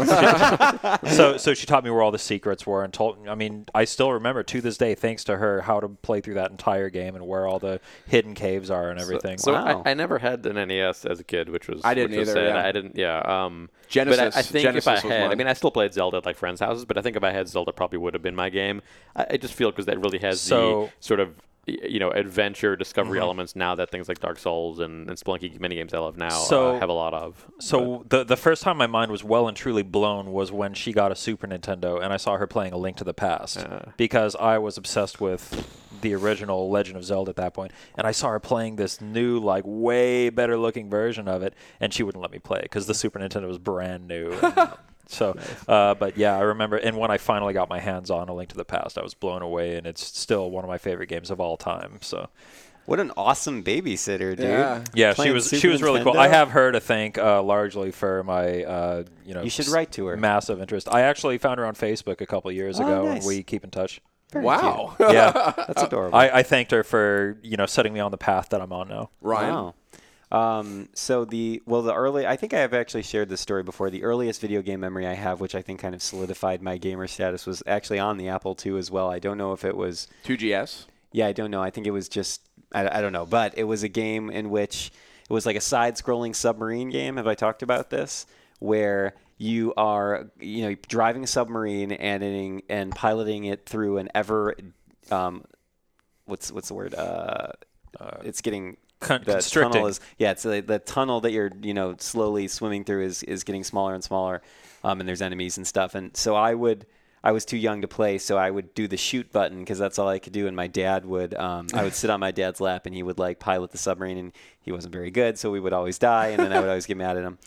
B: so so she taught me where all the secrets were and told I mean I still remember to this day thanks to her how to play through that entire game and where all the hidden caves are and everything.
C: So
D: Wow.
C: I, I never had an NES as a kid, which was
A: I didn't
C: which was
A: either,
C: sad.
A: yeah.
C: I didn't. Yeah. Um, But
A: Genesis-
C: I, I think
A: Genesis
C: if I
A: was
C: had, I
A: mine.
C: mean, I still played Zelda at like friends' houses, but I think if I had Zelda, it probably would have been my game. I, I just feel because that really has
B: So- Uh-huh.
C: the sort of y- you know adventure discovery elements now that things like Dark Souls and, and Spelunky minigames I love now
B: So-
C: uh, have a lot of.
B: So the the first time my mind was well and truly blown was when she got a Super Nintendo and I saw her playing A Link to the Past because I was obsessed with the original Legend of Zelda at that point and I saw her playing this new like way better looking version of it and she wouldn't let me play it because the Super Nintendo was brand new. So, uh, but yeah, I remember. And when I finally got my hands on A Link to the Past, I was blown away, and it's still one of my favorite games of all time. So,
D: What an awesome babysitter, dude.
A: Yeah.
B: yeah, she
D: Playing
B: was she
D: Super
B: was really cool. I
D: Nintendo?
B: have her to thank uh, largely for my uh, you know
D: You should
B: s-
D: write to her.
B: massive interest. I actually found her on Facebook a couple years
D: Oh,
B: ago,
D: nice.
B: and we keep in touch.
A: Wow.
B: Yeah,
D: That's adorable.
B: Uh, I, I thanked her for you know setting me on the path that I'm on now.
A: Ryan?
D: Wow. Um, so the well, the early I think I have actually shared this story before. The earliest video game memory I have, which I think kind of solidified my gamer status, was actually on the Apple II as well. I don't know if it was
A: 2GS?
D: yeah, I don't know. I think it was just I, I don't know, but it was a game in which it was like a side-scrolling submarine game. Have I talked about this? Where you are you know driving a submarine and in, and piloting it through an ever um, what's what's the word uh, it's getting
B: con-
D: the
B: constricting.
D: tunnel is yeah it's the, the tunnel that you're you know slowly swimming through is is getting smaller and smaller um, and there's enemies and stuff and so I would I was too young to play so I would do the shoot button because that's all I could do and my dad would um, I would sit on my dad's lap and he would like pilot the submarine and he wasn't very good so we would always die and then I would always get mad at him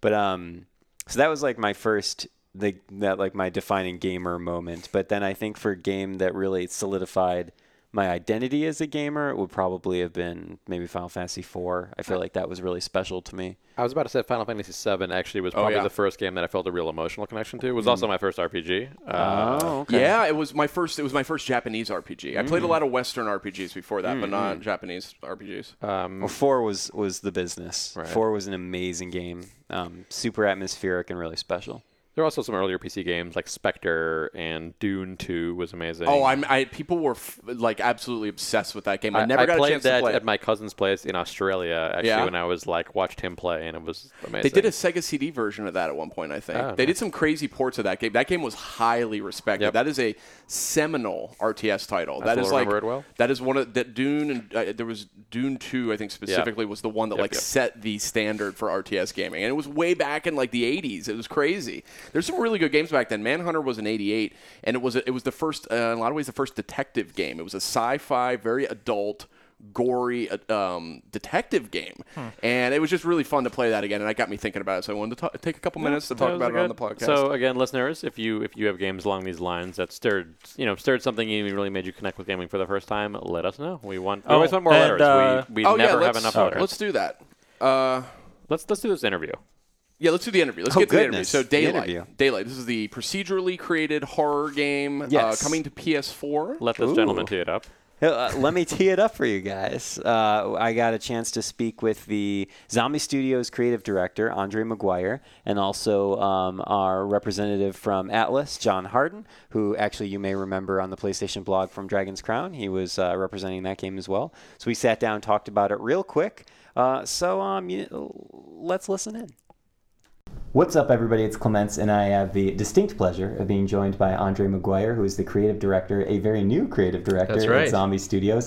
D: but um so that was like my first the that like my defining gamer moment but then I think for a game that really solidified my identity as a gamer it would probably have been maybe Final Fantasy IV. I feel like that was really special to me.
C: I was about to say Final Fantasy VII actually was probably
A: Oh, yeah. Mm.
C: the first game that I felt a real emotional connection to. It was also my first RPG. Uh,
D: Oh,
A: Yeah, it was my first. It was my first Japanese RPG. I played
C: Mm.
A: a lot of Western RPGs before that, but
C: Mm-hmm.
A: not Japanese RPGs.
C: Oh, um,
D: Well, four was was the business.
C: Right.
D: Four was an amazing game, um, super atmospheric and really special.
C: There were also some earlier PC games like Spectre and Dune 2 was amazing.
A: oh, I'm. I people were f- like absolutely obsessed with that game. I, never got
C: played
A: a chance
C: that
A: to play.
C: at
A: it.
C: my cousin's place in Australia. Actually,
A: Yeah?
C: when I was like watched him play, and it was amazing.
A: they did a Sega CD version of that at one point, I think.
C: Oh,
A: they did some crazy ports of that game. That game was highly respected.
C: Yep.
A: That is a seminal RTS title. That
C: still
A: is like
C: remember it well.
A: that is one of that Dune and uh, there was Dune Two, I think specifically was the one that like
C: yep.
A: set the standard for RTS gaming, and it was way back in like the '80s. It was crazy. There's some really good games back then. Manhunter was an '88, and it was it was the first uh, in a lot of ways the first detective game. It was a sci-fi, very adult. Gory uh, um, detective game,
C: Hmm.
A: and it was just really fun to play that again. And that got me thinking about it, so I wanted to ta- take a couple minutes to
C: That
A: talk
C: was
A: about it on the
C: good.
A: podcast.
C: So again, listeners, if you if you have games along these lines that stirred you know stirred something in you and really made you connect with gaming for the first time, let us know. We want we
B: Oh,
C: always want more
B: and,
C: letters.
B: uh,
C: we we
A: oh
C: never
A: yeah,
C: have
A: let's-
C: enough letters.
A: let's do that. Uh,
C: let's let's do this interview.
A: Yeah, let's do the interview. Let's
D: Oh,
A: get to
D: goodness.
A: the interview. So
D: The
A: Daylight.
D: interview.
A: Daylight. This is the procedurally created horror game
D: Yes.
A: uh, coming to PS4.
C: Let this
D: Ooh.
C: gentleman tee it up.
D: Uh, let me tee it up for you guys. Uh, I got a chance to speak with the Zombie Studios creative director, Andre McGuire, and also um, our representative from Atlas, John Harden, who actually you may remember on the PlayStation blog from Dragon's Crown. He was uh, representing that game as well. So we sat down, talked about it real quick. Uh, so um, you, let's listen in. What's up, everybody? It's Clements, and I have the distinct pleasure of being joined by Andre McGuire, who is the creative director, a very new creative director
F: That's right.
D: at Zombie Studios.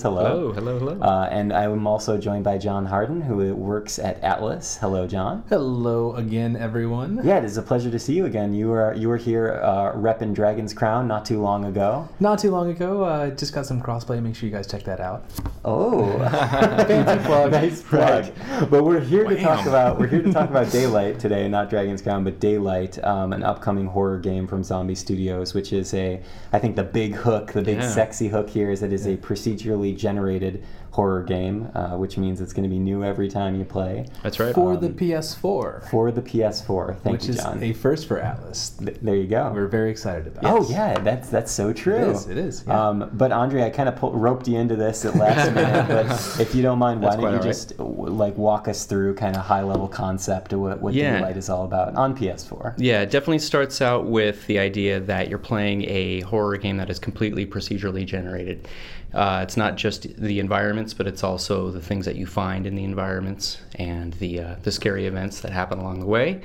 D: Hello.
F: Hello, hello, hello.
D: Uh, and I am also joined by John Harden, who works at Atlas. Hello, John.
F: hello again, everyone.
D: Yeah, it is a pleasure to see you again. You were you were here uh, repping Dragon's Crown not too long ago.
F: Not too long ago, uh, just got some crossplay. Make sure you guys check that out.
D: Oh, fancy plug, nice plug. But we're here to talk about we're here to talk about Daylight today, not Dragon's Crown, but Daylight, um, an upcoming horror game from Zombie Studios, which is a I think the big hook, the big
F: Yeah.
D: sexy hook here is that it is a procedurally generated horror game, uh, which means it's going to be new every time you play
F: That's right. For the PS4,
D: for the PS4. Um, Thank
F: which
D: you,
F: is
D: John.
F: a first for Atlas.
D: Th- there you go.
F: We're very excited about.
D: Oh yeah, that's that's so true.
F: is, it is, yeah.
D: Um, but Andre, I kind of pull roped you into this at last minute. But if you don't mind, why
F: That's
D: don't you
F: quite all right.
D: just uh, w- like walk us through kind of high level concept of what what
F: Yeah.
D: Daylight is all about on PS4?
F: Yeah, it definitely starts out with the idea that you're playing a horror game that is completely procedurally generated. Uh, it's not just the environments, but it's also the things that you find in the environments and the uh, the scary events that happen along the way.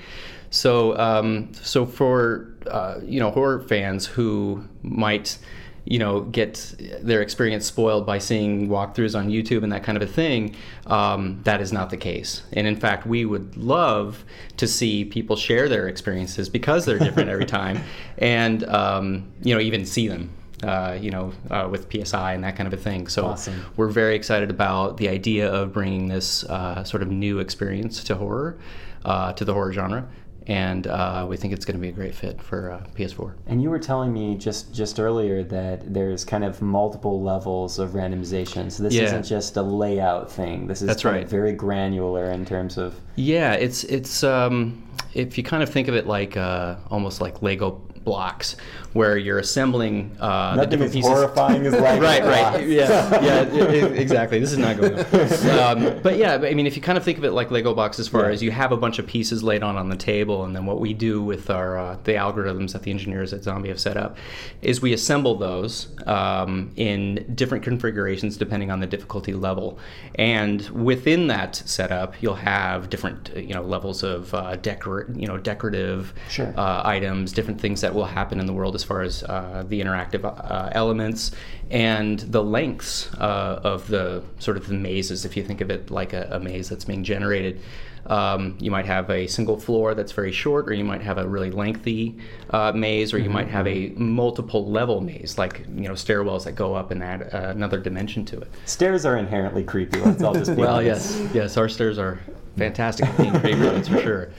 F: So, um, so for uh, you know horror fans who might you know get their experience spoiled by seeing walkthroughs on YouTube and that kind of a thing, um, that is not the case. And in fact, we would love to see people share their experiences because they're different every time, and um, you know even see them. Uh, you know, uh, with PSI and that kind of a thing. So we're very excited about the idea of bringing this uh, sort of new experience to horror, uh, to the horror genre, and uh, we think it's going to be a great fit for uh, PS4.
D: And you were telling me just just earlier that there's kind of multiple levels of randomization. So this
F: Yeah.
D: isn't just a layout thing. This is
F: That's
D: kind of
F: right.
D: very granular in terms of
F: Yeah, it's it's um, if you kind of think of it like uh, almost like Lego blocks, where you're assembling uh, the
D: nothing
F: different
D: as
F: pieces.
D: horrifying as like
F: Right, right, yeah, yeah, e- e- exactly. This is not going. Well. Um, but yeah, but I mean, if you kind of think of it like Lego blocks, as far as you have a bunch of pieces laid on on the table, and then what we do with our uh, the algorithms that the engineers at Zombie have set up is we assemble those um, in different configurations depending on the difficulty level, and within that setup, you'll have different uh, you know levels of uh, decor you know decorative
D: Sure.
F: uh, items, different things that will happen in the world as far as uh, the interactive uh, elements and the lengths uh, of the sort of the mazes. If you think of it like a, a maze that's being generated, um, you might have a single floor that's very short, or you might have a really lengthy uh, maze, or
D: Mm-hmm.
F: you might have a multiple level maze, like you know stairwells that go up and add uh, another dimension to it.
D: Stairs are inherently creepy. Let's all just be
F: Well,
D: honest.
F: yes, yes, our stairs are fantastic at being creative, that's for sure.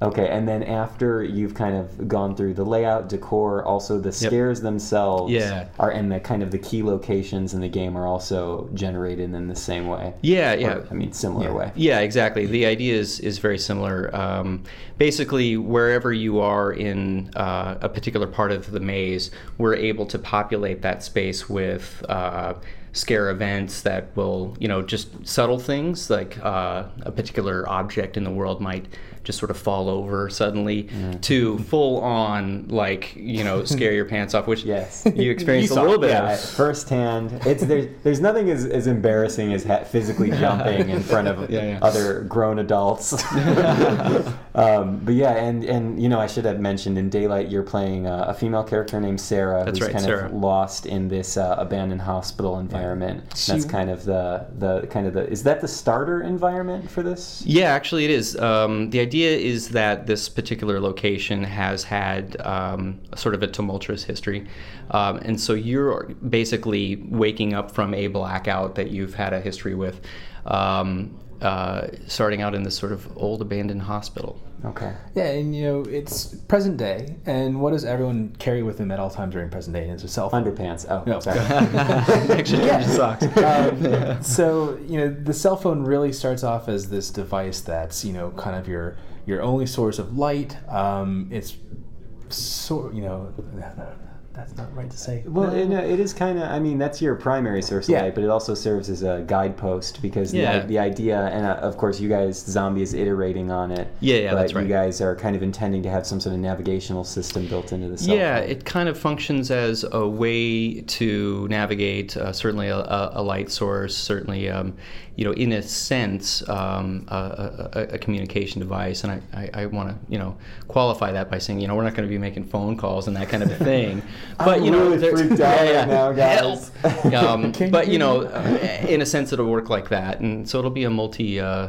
D: Okay, and then after you've kind of gone through the layout, decor, also the stairs themselves
F: Yeah.
D: are and the kind of the key locations in the game are also generated in the same way.
F: Yeah, yeah.
D: I mean similar way.
F: Yeah, exactly. The idea is is very similar. Um, basically, wherever you are in uh, a particular part of the maze, we're able to populate that space with uh, scare events that will, you know, just subtle things like uh, a particular object in the world might just sort of fall over suddenly to full on like you know scare your pants off, which
D: Yes.
F: you experience a
D: saw
F: little bit.
D: Yeah,
F: of.
D: firsthand. It's there's there's nothing as, as embarrassing as ha- physically jumping in front of
F: Yeah, yeah.
D: other grown adults. um, but yeah, and and you know I should have mentioned in Daylight you're playing a, a female character named Sarah
F: That's
D: who's
F: right,
D: kind
F: Sarah.
D: of lost in this uh, abandoned hospital environment. That's kind of the the kind of the is that the starter environment for this?
F: Yeah, actually, it is. Um, the idea is that this particular location has had um, sort of a tumultuous history. Um, and so you're basically waking up from a blackout that you've had a history with, um, uh, starting out in this sort of old abandoned hospital.
D: Okay.
G: Yeah, and you know it's present day, and what does everyone carry with them at all times during present day? Is a cell phone.
D: Underpants. Oh,
G: No.
D: sorry.
F: Actually, socks.
G: Um, so you know the cell phone really starts off as this device that's you know kind of your your only source of light. Um, it's sort you know
H: that's not right to say.
D: Well, it, uh, it is kind of. I mean, that's your primary source
G: Yeah.
D: of light, but it also serves as a guidepost because
F: Yeah.
D: the, the idea, and uh, of course, you guys, zombie is iterating on it.
F: Yeah, yeah,
D: but
F: that's right.
D: You guys are kind of intending to have some sort of navigational system built into the cell
F: Yeah,
D: phone.
F: it kind of functions as a way to navigate. Uh, certainly, a, a, a light source. Certainly, um, you know, in a sense, um, a, a, a- a communication device. And I, I, I want to, you know, qualify that by saying, you know, we're not going to be making phone calls and that kind of a thing. But
D: I'm
F: you know,
D: really
F: there-
D: freaked out right now, guys.
F: Help. Um,
G: Can
F: but
G: you-
F: you know, uh, in a sense, it'll work like that, and so it'll be a multi. Uh,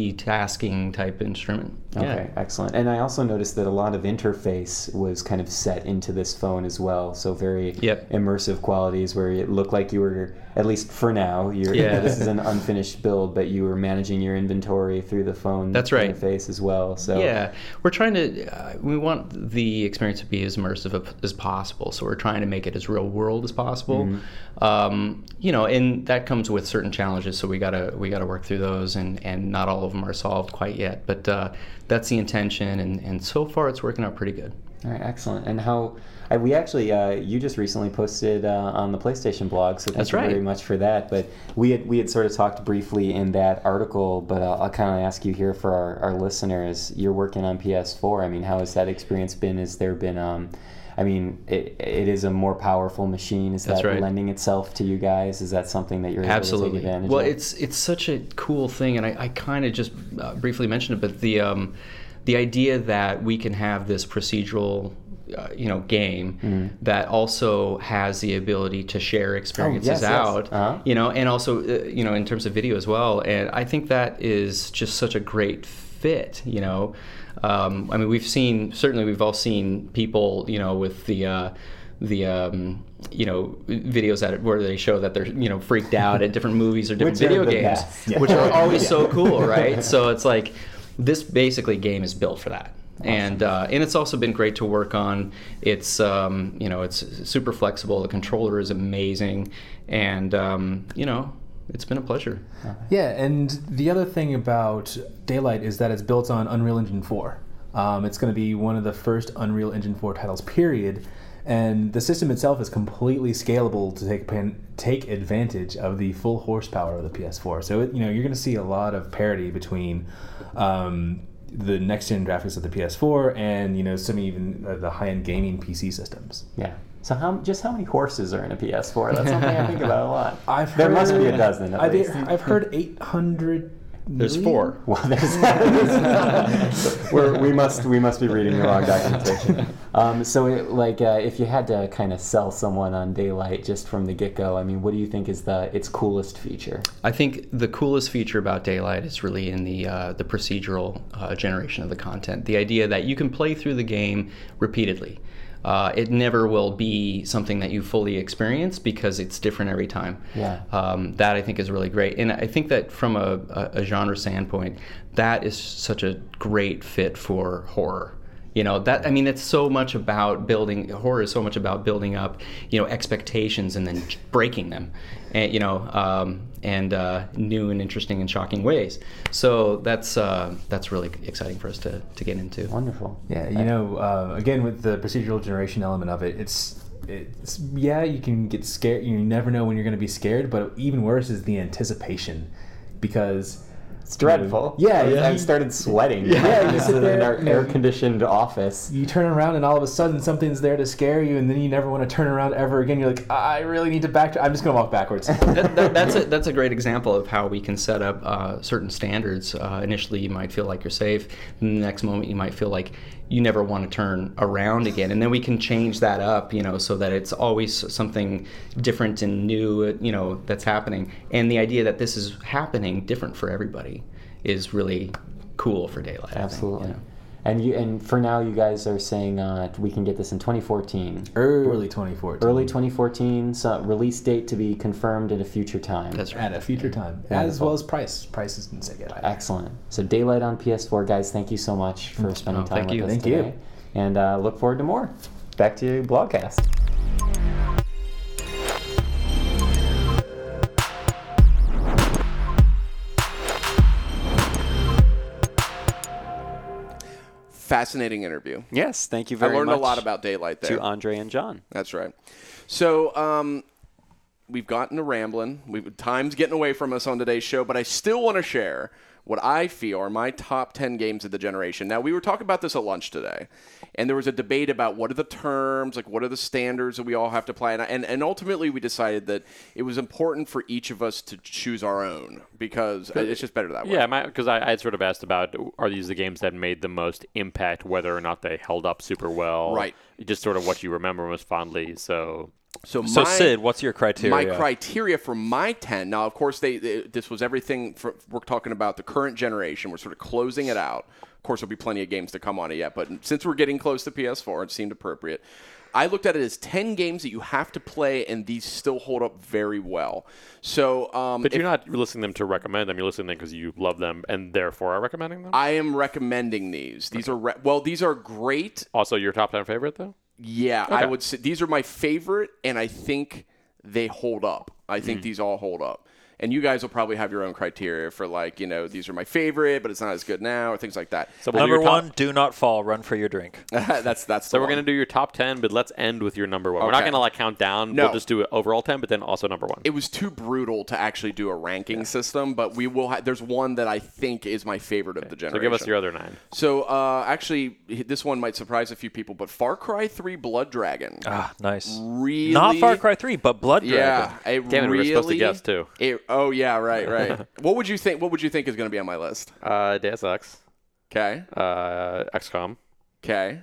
F: multitasking type instrument
D: Okay, excellent. And I also noticed that a lot of interface was kind of set into this phone as well. So very
F: Yep.
D: immersive qualities where it looked like you were, at least for now, you're,
F: Yeah.
D: this is an unfinished build, but you were managing your inventory through the phone
F: That's right.
D: interface as well. So
F: Yeah, we're trying to. Uh, we want the experience to be as immersive of- as possible, so we're trying to make it as real world as possible.
D: Mm-hmm.
F: Um, you know, and that comes with certain challenges, so we gotta we gotta work through those, and and not all of them are solved quite yet. But uh, that's the intention, and and so far it's working out pretty good.
D: All right, excellent. And how I, we actually, uh, you just recently posted uh, on the PlayStation blog, so thank
F: That's
D: you
F: right.
D: very much for that. But we had we had sort of talked briefly in that article, but I'll, I'll kind of ask you here for our, our listeners. You're working on PS4. I mean, how has that experience been? Has there been? Um, I mean, it, it is a more powerful machine. Is
F: That's
D: that
F: right.
D: lending itself to you guys? Is that something that you're able to take
F: absolutely
D: advantage
F: well
D: of?
F: it's it's such a cool thing and i, I kind of just uh, briefly mentioned it but the um, the idea that we can have this procedural uh, you know game
D: Mm-hmm.
F: that also has the ability to share experiences
D: yes, yes.
F: out
D: Uh-huh.
F: you know and also uh, you know in terms of video as well and i think that is just such a great fit you know um, i mean we've seen certainly we've all seen people you know with the uh, the um, you know videos that where they show that they're you know freaked out at different movies or different
D: Which are
F: video
D: the
F: games
D: best. Yeah.
F: which are always so cool right so it's like this basically game is built for that and uh, and it's also been great to work on. It's um, you know it's super flexible. The controller is amazing, and um, you know it's been a pleasure.
G: Yeah, and the other thing about Daylight is that it's built on Unreal Engine 4. Um, it's going to be one of the first Unreal Engine 4 titles, period. And the system itself is completely scalable to take pan- take advantage of the full horsepower of the PS4. So it, you know you're going to see a lot of parity between um, the next gen graphics of the PS4 and you know some even uh, the high end gaming PC systems.
D: yeah. So how just how many horses are in a PS4? That's something I think about a lot.
G: I've
D: there must be a
G: heard-
D: dozen at
G: I've,
D: least.
G: I've heard 800.
F: There's
G: million?
F: four.
D: Well, there's We're, we must we must be reading the wrong documentation. Um, so, it, like, uh, if you had to kind of sell someone on daylight just from the get go, I mean, what do you think is the its coolest feature?
F: I think the coolest feature about Daylight is really in the uh, the procedural uh, generation of the content. The idea that you can play through the game repeatedly. Uh, it never will be something that you fully experience because it's different every time.
D: Yeah.
F: Um, that I think is really great, and I think that from a, a, a genre standpoint, that is such a great fit for horror. You know that I mean, it's so much about building horror is so much about building up, you know, expectations and then breaking them, and you know, um, and uh, new and interesting and shocking ways. So that's uh, that's really exciting for us to, to get into.
D: Wonderful.
G: Yeah, you know, uh, again with the procedural generation element of it, it's it's yeah, you can get scared. You never know when you're going to be scared, but even worse is the anticipation, because
D: It's dreadful.
G: Yeah,
D: I,
G: yeah.
D: I started sweating.
G: Yeah, you
D: this
G: sit
D: is
G: there,
D: in our
G: you know,
D: air conditioned office.
G: you turn around and all of a sudden something's there to scare you, and then you never want to turn around ever again. You're like, I really need to back. I'm just going to walk backwards.
F: that, that, that's a that's a great example of how we can set up uh, certain standards. Uh, initially, you might feel like you're safe. And the next moment, you might feel like you never want to turn around again. And then we can change that up, you know, so that it's always something different and new, you know, that's happening. And the idea that this is happening different for everybody is really cool for daylight. I think, you
D: Absolutely.
F: know.
D: And you and for now, you guys are saying uh, we can get this in 2014,
G: Early 2014.
F: Mm.
D: early 2014, so release date to be confirmed at a future time.
F: That's right.
G: At a future time, as well as price. Price is insane. Yeah,
D: Excellent. So Daylight on PS4, guys. Thank you so much for spending
F: Oh,
D: time
F: thank
D: with
F: you.
D: us
F: Thank
G: you.
D: today, and uh, look forward to more. Back to your blogcast.
A: Fascinating interview.
D: Yes, thank you
A: I
D: very much.
A: learned a lot about daylight there.
D: to Andre and John.
A: That's right. So um, we've gotten to rambling. We've, time's getting away from us on today's show, but I still want to share what I feel are my top 10 games of the generation. Now, we were talking about this at lunch today, and there was a debate about what are the terms, like what are the standards that we all have to play. And, and, and ultimately, we decided that it was important for each of us to choose our own because it's just better that way.
C: Yeah, because I, I had sort of asked about are these the games that made the most impact, whether or not they held up super well,
A: Right.
C: Just sort of what you remember most fondly. So
A: So,
B: So,
A: my-
B: Sid, what's your criteria?
A: My criteria for my 10. Now, of course, they, they- this was everything for, we're talking about the current generation. We're sort of closing it out. Of course, there'll be plenty of games to come on it yet, but since we're getting close to PS4, it seemed appropriate. I looked at it as 10 games that you have to play, and these still hold up very well. So, um,
C: But you're not listing them to recommend them. You're listing them because you love them and therefore are recommending them.
A: I am recommending these. These are, re- well, these are great
C: also, your top ten favorite though.
A: Yeah, I would say these are my favorite, and I think they hold up. I
C: Mm.
A: think these all hold up. And you guys will probably have your own criteria for like, you know, these are my favorite, but it's not as good now, or things like that.
C: So we'll do
B: Number
C: your top-
B: one, do not fall. Run for your drink.
A: that's that's.
C: So we're gonna do your top ten, but let's end with your number one. We're not
A: Okay.
C: gonna like count down.
A: No.
C: We'll just do it overall ten, but then also number one.
A: It was too brutal to actually do a ranking system, but we will. Ha- there's one that I think is my favorite of the
C: so
A: generation.
C: give us your other nine.
A: So uh, actually, this one might surprise a few people, but Far Cry Three Blood Dragon.
B: Ah, nice.
A: Really?
B: Not Far Cry 3, but Blood Dragon.
A: Yeah, it
C: Damn it, we
A: really.
C: were supposed to guess, too.
A: it- oh yeah, right, right. what would you think? What would you think is going to be on my list?
C: Uh, Deus Ex,
A: Okay,
C: uh, XCOM.
A: okay.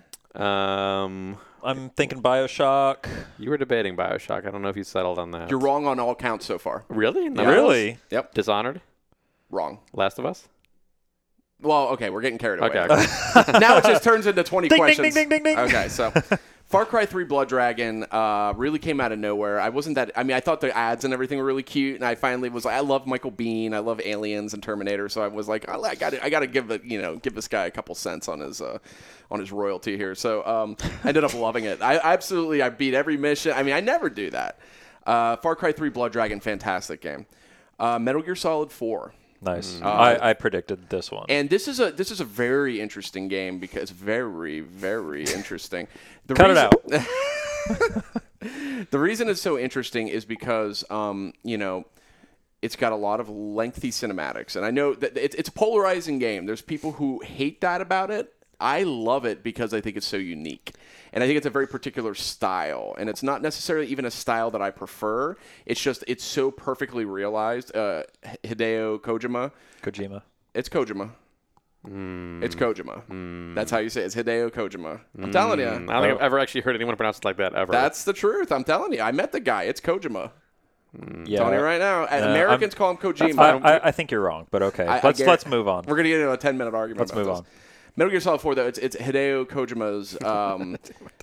C: Um,
B: I'm thinking Bioshock.
C: you were debating Bioshock. I don't know if you settled on that.
A: You're wrong on all counts so far.
C: Really? None of
B: Really?
C: us?
A: Yep,
C: Dishonored.
A: wrong.
C: Last of Us.
A: Well, okay, we're getting carried away.
C: Okay. okay.
A: now it just turns into 20
B: Ding, ding,
A: questions.
B: ding, ding, ding, ding.
A: Okay, so Far Cry 3 Blood Dragon uh, really came out of nowhere. I wasn't that, I mean, I thought the ads and everything were really cute, and I finally was like, I love Michael Bean, I love Aliens and Terminator, so I was like, I, I got I got to give it, you know, give this guy a couple cents on his uh, on his royalty here. So um, I ended up loving it. I absolutely, I beat every mission. I mean, I never do that. Uh, Far Cry 3 Blood Dragon, fantastic game. Uh, Metal Gear Solid 4.
B: Nice. I, I predicted this one.
A: Mm. Uh, And this is a this is a very interesting game because very very interesting. The
B: Cut it
A: out. the reason it's so interesting is because um, you know it's got a lot of lengthy cinematics, and I know that it's it's a polarizing game. There's people who hate that about it. I love it because I think it's so unique. And I think it's a very particular style, and it's not necessarily even a style that I prefer. It's just it's so perfectly realized. Uh, Hideo Kojima,
B: Kojima.
A: it's Kojima. It's Kojima. That's how you say it. It's Hideo Kojima. I'm telling
B: Mm,
A: you.
C: I don't think I've ever actually heard anyone pronounce it like that ever.
A: Oh. That's the truth. I'm telling you. I met the guy. It's Kojima.
B: Yeah.
A: Telling you right now.
B: uh,
A: Americans call him Kojima.
B: I, I, I think you're wrong, but okay.
A: I- I
B: let's
A: guarant-
B: let's move on.
A: We're gonna get into a 10 minute argument.
B: Let's
A: about
B: move
A: this.
B: on.
A: Metal Gear Solid 4, though, it's, it's Hideo Kojima's um,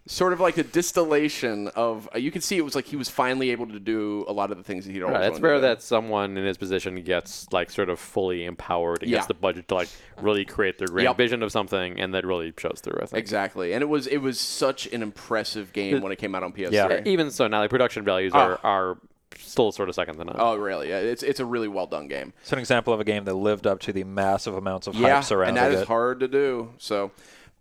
A: sort of like a distillation of. uh, you can see it was like he was finally able to do a lot of the things that he'd always
C: Right, it's
A: wanted
C: rare
A: to do.
C: that someone in his position gets like sort of fully empowered and
A: Yeah.
C: gets the budget to like really create their grand
A: Yep.
C: vision of something, and that really shows through. I think.
A: Exactly, and it was it was such an impressive game when it came out on PS3.
B: Yeah.
C: Even so, now the production values are, are still sort of second to none.
A: Ah. Oh, really? Yeah, It's it's a really well done game.
B: It's an example of a game that lived up to the massive amounts of
A: yeah,
B: hype surrounding
A: and that is
B: it.
A: hard to do. So,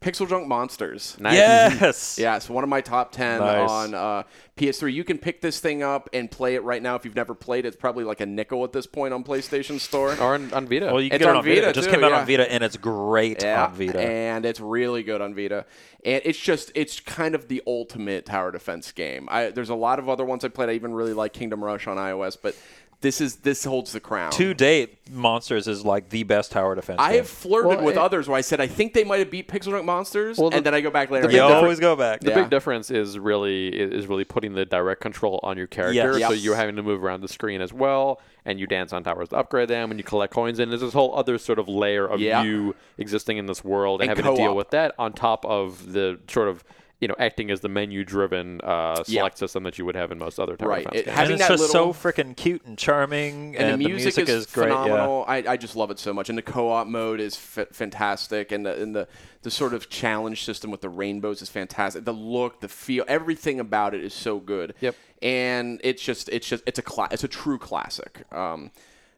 A: Pixel Junk Monsters.
C: Nice.
B: Yes.
A: Yeah, so one of my top ten
B: Nice.
A: on uh, PS3. You can pick this thing up and play it right now if you've never played it. It's probably like a nickel at this point on PlayStation Store.
C: Or on, on Vita.
B: Well, you can
A: It's
B: get it
A: on
B: on Vita.
A: Vita
B: It just
A: too,
B: came out
A: yeah.
B: on Vita, and it's great
A: yeah,
B: on Vita.
A: and it's really good on Vita. And it's just it's kind of the ultimate tower defense game. I, there's a lot of other ones I played. I even really like Kingdom Rush on iOS, but this is this holds the crown.
B: to date, Monsters is like the best tower defense.
A: I
B: game.
A: have flirted
C: Well,
A: with
C: it-
A: others where I said I think they might have beat Pixel Junk Monsters,
C: Well, the-
A: and then I go back later.
B: You
A: and go,
B: always go back.
C: the
A: Yeah.
C: big difference is really is really putting the direct control on your character,
B: Yes.
C: so
A: Yes.
C: you're having to move around the screen as well, and you dance on towers to upgrade them, and you collect coins, and there's this whole other sort of layer of
A: Yeah.
C: you existing in this world and,
A: And
C: having to
A: co-op.
C: deal with that on top of the sort of you know acting as the menu-driven uh, select
A: Yeah.
C: system that you would have in most other tower
A: Right.
C: defense
A: It
C: games.
A: has-
B: and
A: having
B: it's
A: that
B: just
A: little-
B: so freaking cute and charming,
A: and, the, music is,
B: great. yeah.
A: phenomenal. I, I just love it so much, and the co-op mode is f- fantastic, and the and the the sort of challenge system with the rainbows is fantastic. The look, the feel, everything about it is so good.
C: Yep.
A: And it's just it's just it's a cla- it's a true classic. Um,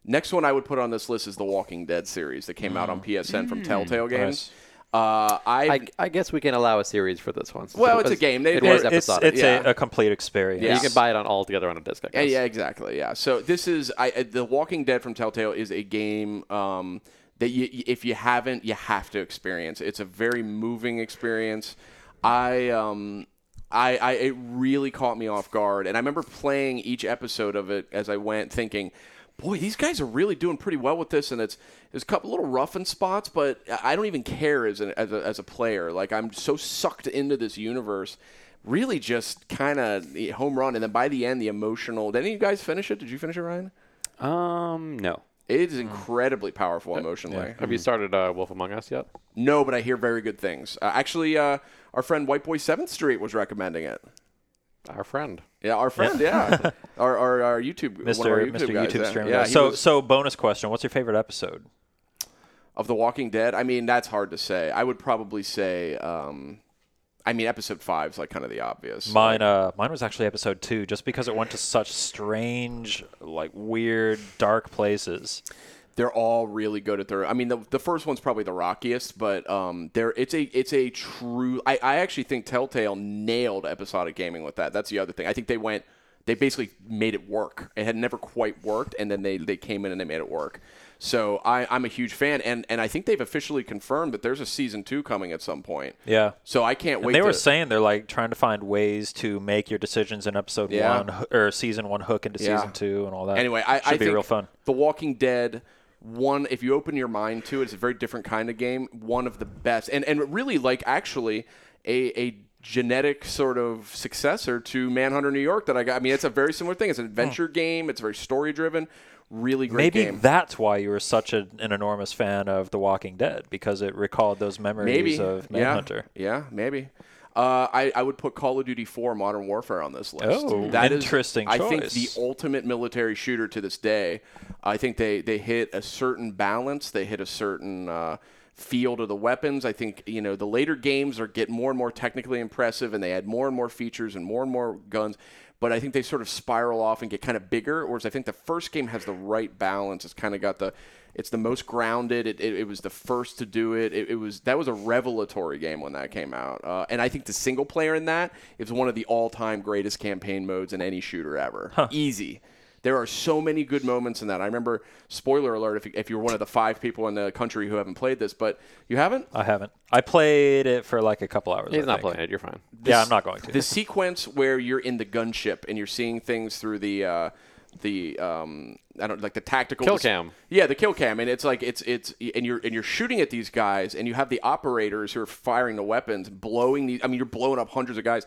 A: next one I would put on this list is the Walking Dead series that came out on PSN from Telltale Games. Uh, I,
C: I, I guess we can allow a series for this one. since
A: Well,
C: it
A: it's a
C: was-
A: game. They-
C: it
A: they-
C: was
B: it's
C: episodic.
B: it's
A: yeah.
B: a, a complete experience.
A: Yeah.
C: You can buy it on all together on a disc. I
A: Yeah,
C: guess.
A: yeah, exactly. Yeah. So this is I, I- the Walking Dead from Telltale is a game um, that you, you- if you haven't, you have to experience. It's a very moving experience. I um. I, I it really caught me off guard and I remember playing each episode of it as I went thinking boy these guys are really doing pretty well with this and it's there's a couple little rough in spots but I don't even care as, an, as, a, as a player like I'm so sucked into this universe really just kind of home run. And then by the end, the emotional. Did any of you guys finish it? Did you finish it, Ryan?
D: Um, no.
A: It is
B: Mm.
A: incredibly powerful emotionally.
C: Have you started uh, Wolf Among Us yet?
A: No, but I hear very good things. Uh, actually, uh, our friend White Boy Seventh Street was recommending it.
C: Our friend.
A: Yeah, our friend. Yeah, our, our our YouTube one of
B: Mr.
A: our
B: YouTube Mr.
A: guys,
B: YouTube
A: yeah.
B: streamer.
A: Yeah, he
B: so
A: was-
B: so bonus question: What's your favorite episode?
A: of The Walking Dead. I mean, that's hard to say. I would probably say. Um, I mean, episode five's like kind of the obvious.
B: Mine uh mine was actually episode two, just because it went to such strange, like weird, dark places.
A: they're all really good at their. I mean, the, the first one's probably the rockiest, but um, there it's a it's a true. I, I actually think Telltale nailed episodic gaming with that. That's the other thing. I think they went they basically made it work. It had never quite worked, and then they they came in and they made it work. So I, I'm a huge fan, and and I think they've officially confirmed that there's a season two coming at some point.
B: Yeah.
A: So I can't wait.
B: And they were
A: to-
B: saying they're like trying to find ways to make your decisions in episode
A: Yeah.
B: one h- or season one hook into
A: Yeah.
B: season two and all that.
A: Anyway, I,
B: should
A: I
B: be
A: think
B: real fun.
A: The Walking Dead one, if you open your mind to it, it's a very different kind of game. One of the best, and and really like actually a a genetic sort of successor to Manhunter New York that I got. I mean, it's a very similar thing. It's an adventure game. It's very story driven. Really great
B: Hmm. Maybe
A: game.
B: that's why you were such a, an enormous fan of The Walking Dead because it recalled those memories
A: maybe
B: of
A: Yeah.
B: Manhunter.
A: Yeah, maybe. Uh, I, I would put Call of Duty 4 Modern Warfare on this list.
B: Oh,
A: is,
B: interesting
A: I think the
B: choice.
A: ultimate military shooter to this day. I think they, they hit a certain balance. They hit a certain uh, field of the weapons. I think you know the later games are getting more and more technically impressive, and they add more and more features and more and more guns. But I think they sort of spiral off and get kind of bigger. Whereas I think the first game has the right balance. It's kind of got the it's the most grounded. It, it, it was the first to do it. it. It was that was a revelatory game when that came out, uh, and I think the single player in that is one of the all-time greatest campaign modes in any shooter ever. Easy. There are so many good moments in that. I remember. Spoiler alert: if, if you're one of the five people in the country who haven't played this, but you haven't,
B: I haven't. I played it for like a couple hours.
C: He's
B: I
C: not
B: think.
C: playing it. You're fine.
B: yeah, I'm not going to.
A: the sequence where you're in the gunship and you're seeing things through the uh, the um, I don't like the tactical
C: Kill cam.
A: Yeah, the kill cam, and it's like it's it's and you're and you're shooting at these guys, and you have the operators who are firing the weapons, blowing these. I mean, you're blowing up hundreds of guys.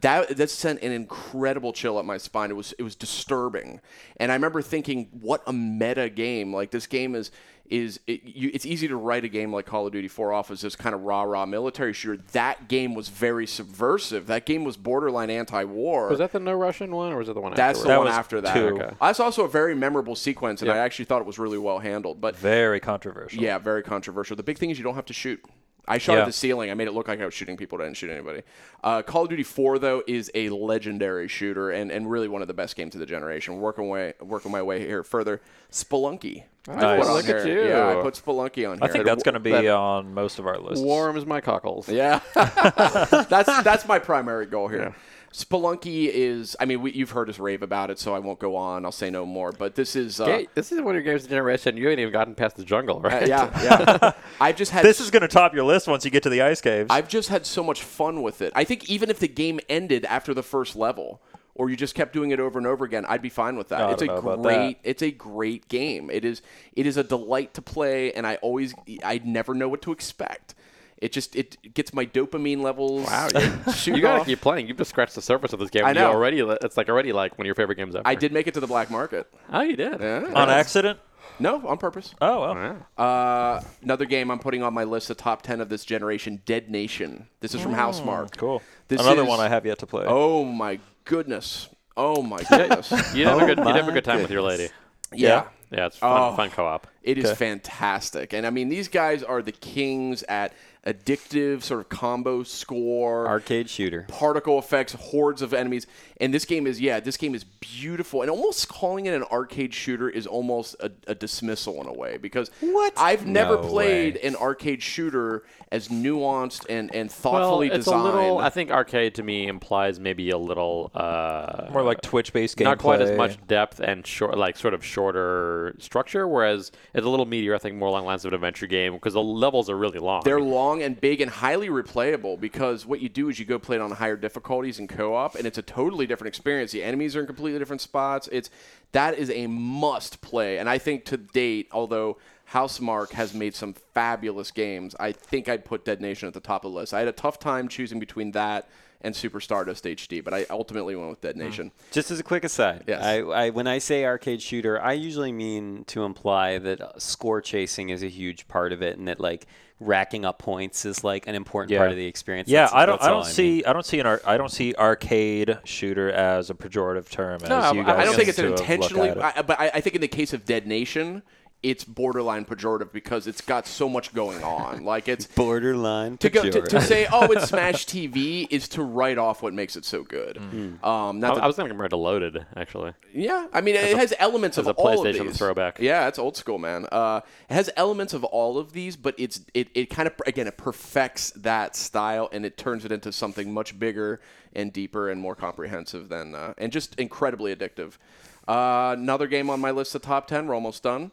A: That that sent an incredible chill up my spine. It was it was disturbing, and I remember thinking, what a meta game! Like this game is is it, you, it's easy to write a game like Call of Duty 4 off as this kind of rah rah military shooter. That game was very subversive. That game was borderline anti war.
C: Was that the no Russian one, or was it the one?
A: That's the
C: afterwards?
A: one
B: was
A: after that.
B: two. Okay.
A: That's also a very memorable sequence, and I actually thought it was really well handled. But
B: Very controversial.
A: yeah, very controversial. The big thing is you don't have to shoot. I shot
B: Yeah.
A: at the ceiling. I made it look like I was shooting people. but I didn't shoot anybody. Uh, Call of Duty 4 though is a legendary shooter and, and really one of the best games of the generation. Working way working my way here further. Spelunky. I put
B: Nice.
A: on
C: Look at
A: here. Yeah,
C: you.
A: I put Spelunky on here.
B: I think that's going to be uh,
C: that-
B: on most of our lists.
C: Warms my cockles.
A: Yeah, that's that's my primary goal here. Spelunky is. I mean, we, you've heard us rave about it, so I won't go on. I'll say no more. But this is. Uh,
C: Hey, this is one of your games of generation. You ain't even gotten past the jungle, right?
A: Yeah, yeah. I've just had
B: This is going to top your list once you get to the ice caves.
A: I've just had so much fun with it. I think even if the game ended after the first level, or you just kept doing it over and over again, I'd be fine with that.
B: I
A: it's a
B: don't know
A: great,
B: about
A: it's a great game. It is, it is a delight to play, and I always, I never know what to expect. It just, it gets my dopamine levels.
C: Wow,
A: shooting
C: you gotta
A: off.
C: keep playing. You've just scratched the surface of this game.
A: I
C: and
A: know.
C: You already, it's like already like one of your favorite games ever.
A: I did make it to the black market.
C: Oh, you did.
B: on accident?
A: No, on purpose.
B: Oh, well.
A: Uh, another game I'm putting on my list, the top ten of this generation, Dead Nation. This is
C: Mm.
A: from Housemark.
B: Cool.
A: This
B: Another
A: is-
B: one I have yet to play.
A: Oh my goodness. Oh my goodness.
C: You'd have, a good, you'd have a good time with your lady.
A: Yeah.
C: Yeah, it's fun,
A: Oh.
C: fun co-op.
A: It is fantastic. And I mean, these guys are the kings at addictive sort of combo score,
D: Arcade shooter.
A: particle effects, hordes of enemies. And this game is, yeah, this game is beautiful. And almost calling it an arcade shooter is almost a, a dismissal in a way because
D: What?
A: I've never
B: No
A: played
B: way.
A: an arcade shooter as nuanced and, and thoughtfully
C: well, it's
A: designed.
C: a little. I think arcade to me implies maybe a little uh,
B: More like Twitch-based gameplay.
C: not quite as much depth and short, like sort of shorter structure. Whereas it's a little meatier, I think, more along the lines of an adventure game because the levels are really long.
A: They're long and big and highly replayable because what you do is you go play it on higher difficulties in co-op, and it's a totally different experience. The enemies are in completely different spots. It's that is a must play, and I think to date, although Housemark has made some fabulous games, I think I'd put Dead Nation at the top of the list. I had a tough time choosing between that and Super Stardust HD, but I ultimately went with Dead
B: Mm.
A: Nation.
D: Just as a quick aside,
A: Yes.
D: I, I, when I say arcade shooter, I usually mean to imply that uh, score chasing is a huge part of it, and that like racking up points is like an important part of the experience.
B: Yeah,
D: That's-
B: I don't.
D: that's
B: I
D: all
B: don't see. I don't see an. Ar- I don't see arcade shooter as a pejorative term. No, as you guys
A: I don't think
B: seem
A: it's
B: to have looked
A: intentionally,
B: at it.
A: I, but I, I think in the case of Dead Nation, it's borderline pejorative because it's got so much going on. Like it's
D: Borderline
A: to go to,
D: pejorative.
A: to say, oh, it's Smash TV is to write off what makes it so good. Um,
C: I,
A: not to,
C: I was going to compare it to Loaded, actually.
A: yeah, I mean, it has elements of
C: a
A: all of
C: PlayStation
A: these.
C: throwback.
A: Yeah, it's old school, man. Uh, it has elements of all of these, but it's it, it kind of again it perfects that style and it turns it into something much bigger and deeper and more comprehensive than uh, and just incredibly addictive. Uh, another game on my list of top ten. We're almost done.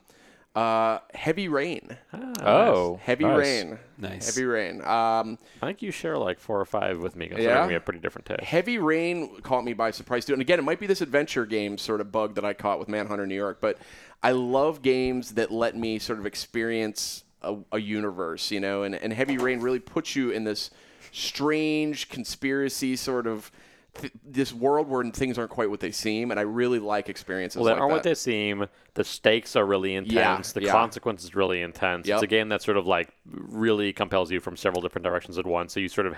A: Uh, Heavy Rain.
B: Oh,
A: Heavy
B: nice.
A: Rain.
D: Nice.
A: Heavy Rain. Um,
C: I think you share like four or five with me. 'cause I
A: Yeah?
C: think we have pretty different tastes.
A: Heavy Rain caught me by surprise too. And again, it might be this adventure game sort of bug that I caught with Manhunter New York, but I love games that let me sort of experience a, a universe, you know, and, and Heavy Rain really puts you in this strange conspiracy sort of th- this world where things aren't quite what they seem. And I really like experiences
C: Well, they
A: like
C: aren't
A: that.
C: what they seem. The stakes are really intense. the
A: yeah.
C: consequence is really intense.
A: Yep.
C: It's a game that sort of like really compels you from several different directions at once. So you sort of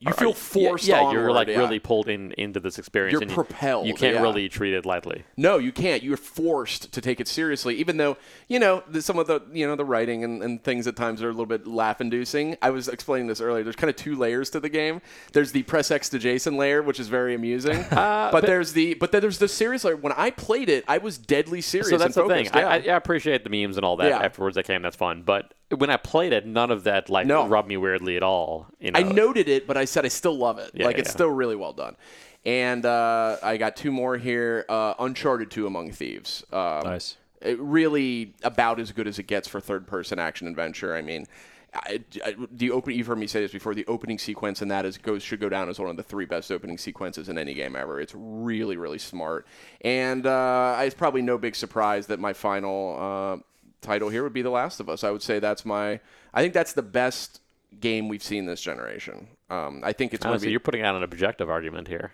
A: You
C: are-
A: feel
C: yeah,
A: forced
C: Yeah, you're
A: onward,
C: like
A: yeah.
C: really pulled in into this experience.
A: You're
C: and you-
A: propelled,
C: You, can't
A: yeah.
C: really treat it lightly.
A: No, you can't. You're forced to take it seriously, even though you know the, some of the you know the writing and, and things at times are a little bit laugh-inducing. I was explaining this earlier. There's kind of two layers to the game. There's the press X to Jason layer, which is very amusing,
C: Uh,
A: but, there's the but then there's the serious layer. When I played it, I was deadly serious.
C: So that's
A: and
C: the thing.
A: focused,
C: I,
A: yeah.
C: I, I appreciate the memes and all that
A: Yeah.
C: afterwards. That came. That's fun. But when I played it, none of that like
A: No.
C: rubbed me weirdly at all. You know?
A: I noted it, but I said I still love it.
C: Yeah,
A: like
C: yeah,
A: it's
C: yeah.
A: still really well done. And uh, I got two more here. Uh, Uncharted Two Among Thieves. Um,
B: Nice.
A: it really about as good as it gets for third person action adventure. I mean, I, I- the open you've heard me say this before. The opening sequence and that is goes should go down as one of the three best opening sequences in any game ever. It's really really smart, and uh, it's probably no big surprise that my final uh, title here would be The Last of Us. I would say that's my. I think that's the best game we've seen this generation. Um, I think it's
C: Oh,
A: one of
C: so
A: the-
C: you're putting out an objective argument here.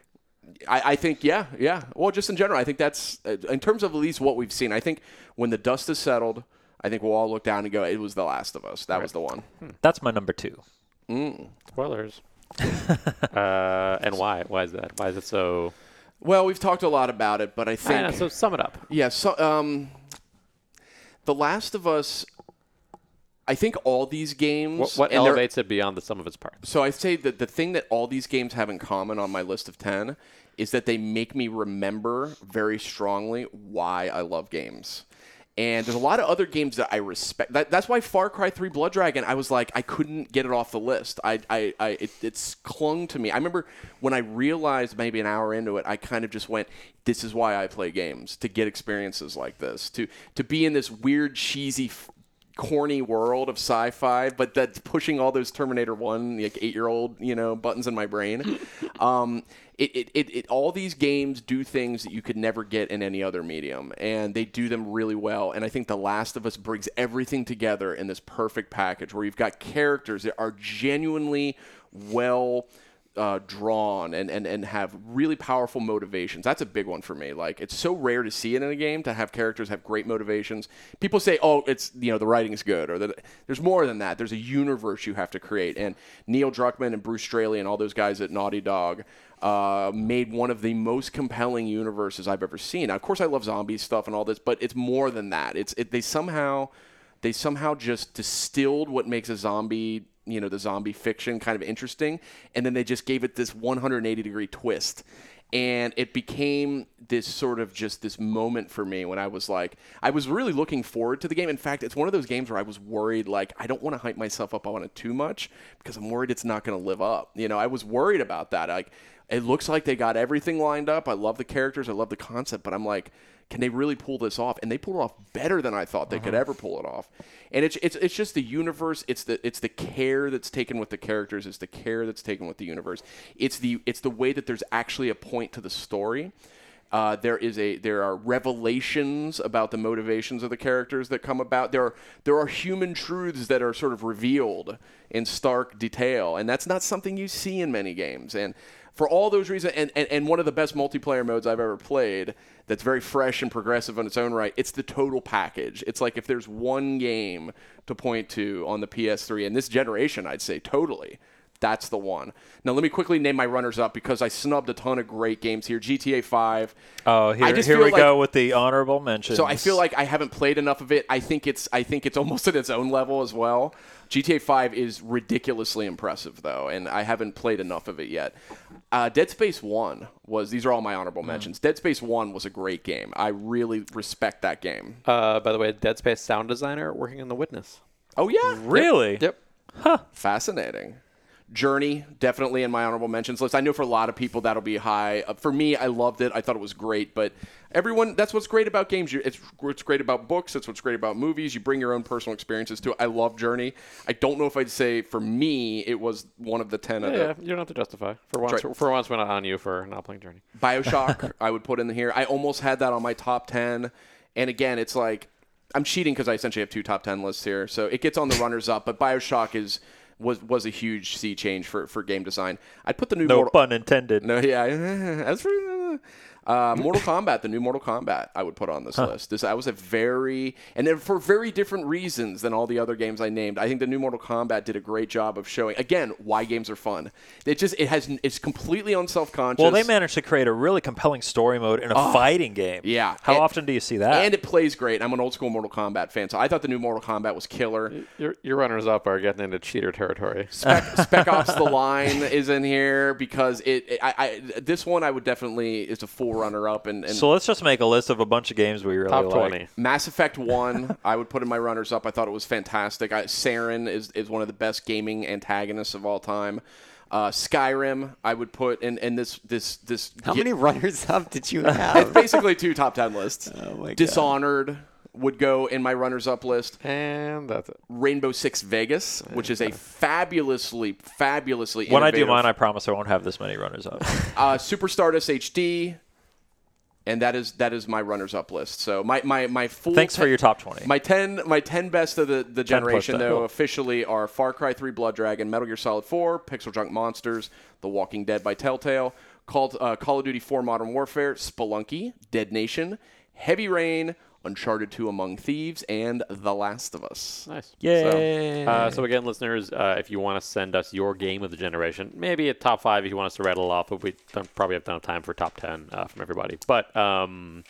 A: I, I think yeah, yeah. Well, just in general, I think that's uh, in terms of at least what we've seen. I think when the dust is settled, I think we'll all look down and go, "It was The Last of Us. That was the one."
B: That's my number two.
C: Spoilers. uh, and why? Why is that? Why is it so?
A: Well, we've talked a lot about it, but I think
C: I don't know, so sum it up.
A: yeah. So, um, The Last of Us. I think all these games
C: What, what
A: and they're-
C: elevates it beyond the sum of its parts?
A: So I'd say that the thing that all these games have in common on my list of 10 is that they make me remember very strongly why I love games. And there's a lot of other games that I respect. That, that's why Far Cry 3 Blood Dragon, I was like, I couldn't get it off the list. I, I, I it, it's clung to me. I remember when I realized maybe an hour into it, I kind of just went, this is why I play games, to get experiences like this, to, to be in this weird, cheesy f- corny world of sci-fi, but that's pushing all those Terminator One, like eight-year-old, you know, buttons in my brain. um, it, it, it, it, all these games do things that you could never get in any other medium, and they do them really well. And I think The Last of Us brings everything together in this perfect package, where you've got characters that are genuinely well uh, drawn and, and, and have really powerful motivations. That's a big one for me. Like it's so rare to see it in a game to have characters have great motivations. People say, "Oh, it's you know the writing's good," or that there's more than that. There's a universe you have to create. And Neil Druckmann and Bruce Straley and all those guys at Naughty Dog uh, made one of the most compelling universes I've ever seen. Now, of course, I love zombie stuff and all this, but it's more than that. It's it, they somehow they somehow just distilled what makes a zombie you know the zombie fiction kind of interesting and then they just gave it this 180 degree twist and it became this sort of just this moment for me when I was like, I was really looking forward to the game. In fact, it's one of those games where I was worried, like, I don't want to hype myself up on it too much because I'm worried it's not going to live up. You know, I was worried about that. Like, it looks like they got everything lined up. I love the characters, I love the concept, but I'm like, can they really pull this off? And they pulled it off better than I thought they could ever pull it off. And it's it's it's just the universe. It's the it's the care that's taken with the characters. It's the care that's taken with the universe. It's the it's the way that there's actually a point to the story. Uh, there is a there are revelations about the motivations of the characters that come about. There are there are human truths that are sort of revealed in stark detail, and that's not something you see in many games. And for all those reasons, and, and, and one of the best multiplayer modes I've ever played that's very fresh and progressive on its own right, it's the total package. It's like if there's one game to point to on the PS3 in this generation, I'd say totally. That's the one. Now let me quickly name my runners up because I snubbed a ton of great games here. GTA 5.
B: Oh,
A: I
B: here,
A: just
B: here
A: feel
B: we
A: like-
B: go with the honorable mentions.
A: So I feel like I haven't played enough of it. I think it's I think it's almost at its own level as well. GTA 5 is ridiculously impressive though, and I haven't played enough of it yet. Uh, Dead Space 1 was these are all my
B: Mm.
A: honorable mentions. Dead Space 1 was a great game. I really respect that game.
C: Uh, by the way, Dead Space sound designer working on The Witness.
A: oh yeah,
B: really.
A: Yep. Huh. Fascinating. Journey definitely in my honorable mentions list. I know for a lot of people that'll be high. Uh, For me, I loved it. I thought it was great. But everyone, that's what's great about games. You- It's what's great about books. It's what's great about movies. You bring your own personal experiences to it. I love Journey. I don't know if I'd say for me it was one of the ten. of
C: Yeah,
A: the-
C: you don't have to justify. For once,
A: That's right.
C: for once, we're not on you for not playing Journey.
A: Bioshock, I would put in here. I almost had that on my top 10. And again, it's like I'm cheating because I essentially have two top 10 lists here. So it gets on the runners up, but Bioshock is. Was, was a huge sea change for, for game design. I'd put the new
B: No
A: Mortal-
B: pun intended.
A: no, yeah. As for uh, Mortal Kombat, the new Mortal Kombat, I would put on this list. This I was a very and then for very different reasons than all the other games I named. I think the new Mortal Kombat did a great job of showing again why games are fun. It just it has it's completely unself conscious.
B: Well, they managed to create a really compelling story mode in a fighting game.
A: Oh, yeah.
B: How
A: And-
B: often do you see
D: Ah.
B: that?
A: and it plays great. I'm an old school Mortal Kombat fan, so I thought the new Mortal Kombat was killer.
C: Your, your runners up are getting into cheater territory.
A: Spec, Spec Ops: The Line is in here because it. it- I, I this one I would definitely is a full runner up and, and
B: so let's just make a list of a bunch of games we really
C: Top
B: like.
C: twenty.
A: Mass Effect One, I would put in my runners up. I thought it was fantastic. I, Saren is, is one of the best gaming antagonists of all time. Uh, Skyrim, I would put in, in this this this.
D: How
A: yeah,
D: many runners up did you
A: It's
D: have?
A: basically two top ten lists.
D: Oh my God.
A: Dishonored would go in my runners up list.
C: And that's it.
A: Rainbow Six Vegas, which is a fabulously fabulously.
B: When I do
A: innovative-
B: mine, I promise I won't have this many runners up.
A: uh, Super Stardust HD, and that is that is my runners up list. So my my my full.
B: Thanks for
A: ten-
B: your top 20.
A: My ten, my ten best of the, the generation
B: plus,
A: though
B: uh, cool.
A: officially are Far Cry 3, Blood Dragon, Metal Gear Solid 4, Pixel Junk Monsters, The Walking Dead by Telltale, Called uh, Call of Duty 4, Modern Warfare, Spelunky, Dead Nation, Heavy Rain, Uncharted 2, Among Thieves, and The Last of Us.
C: Nice.
B: Yay.
C: So, uh, so again, listeners, uh, if you want to send us your game of the generation, maybe a top five if you want us to rattle off, but we don't, probably have enough time for top ten uh, from everybody. But um,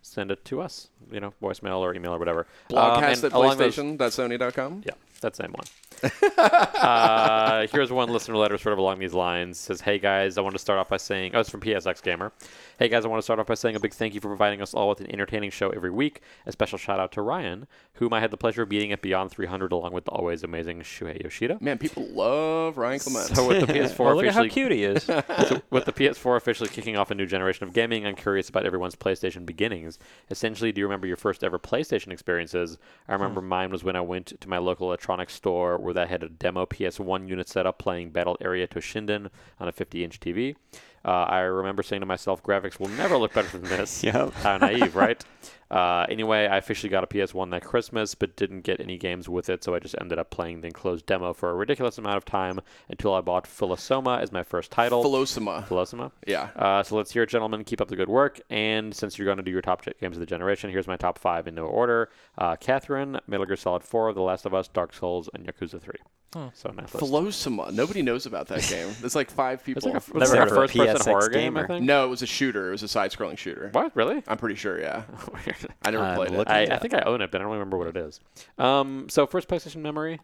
C: send it to us, you know, voicemail or email or whatever. Um,
A: Blogcast
C: and
A: at
C: along those-
A: PlayStation.sony.com.
C: Yeah, that's same one. uh, here's one listener letter sort of along these lines. Says, Hey guys, I want to start off by saying, oh, it's from PSX Gamer. Hey guys, I want to start off by saying a big thank you for providing us all with an entertaining show every week. A special shout out to Ryan, whom I had the pleasure of meeting at Beyond 300 along with the always amazing Shuhei Yoshida.
A: Man, people love Ryan Clement.
C: So with the PS4
B: Well, look at how
C: officially
B: cute he is.
C: so with the PS4 officially kicking off a new generation of gaming, I'm curious about everyone's PlayStation beginnings. Essentially, do you remember your first ever PlayStation experiences? I remember mine was when I went to my local electronics store where they had a demo PS1 unit set up playing Battle Area Toshinden on a 50 inch TV. Uh, I remember saying to myself, graphics will never look better than this.
D: Yep.
C: How naive, right? Uh, anyway, I officially got a PS1 that Christmas, but didn't get any games with it, so I just ended up playing the enclosed demo for a ridiculous amount of time until I bought Philosoma as my first title.
A: Philosoma.
C: Philosoma.
A: Yeah.
C: Uh, so let's hear it, gentlemen. Keep up the good work. And since you're going to do your top ge- games of the generation, here's my top five in no order: uh, Catherine, Metal Gear Solid 4, The Last of Us, Dark Souls, and Yakuza 3. So nice list.
A: Philosoma. Nobody knows about that game. There's like five people.
C: It's like a
B: heard of
C: first-person first-person
D: SX
C: horror game, I
D: gamer.
C: think.
A: No, it was a shooter. It was a side-scrolling shooter.
C: What? Really?
A: I'm pretty sure. Yeah,
C: Weird.
A: I never
D: I'm
A: played it.
D: looking-
C: I, I think I own it, but I don't remember what it is. Um, so first PlayStation memory,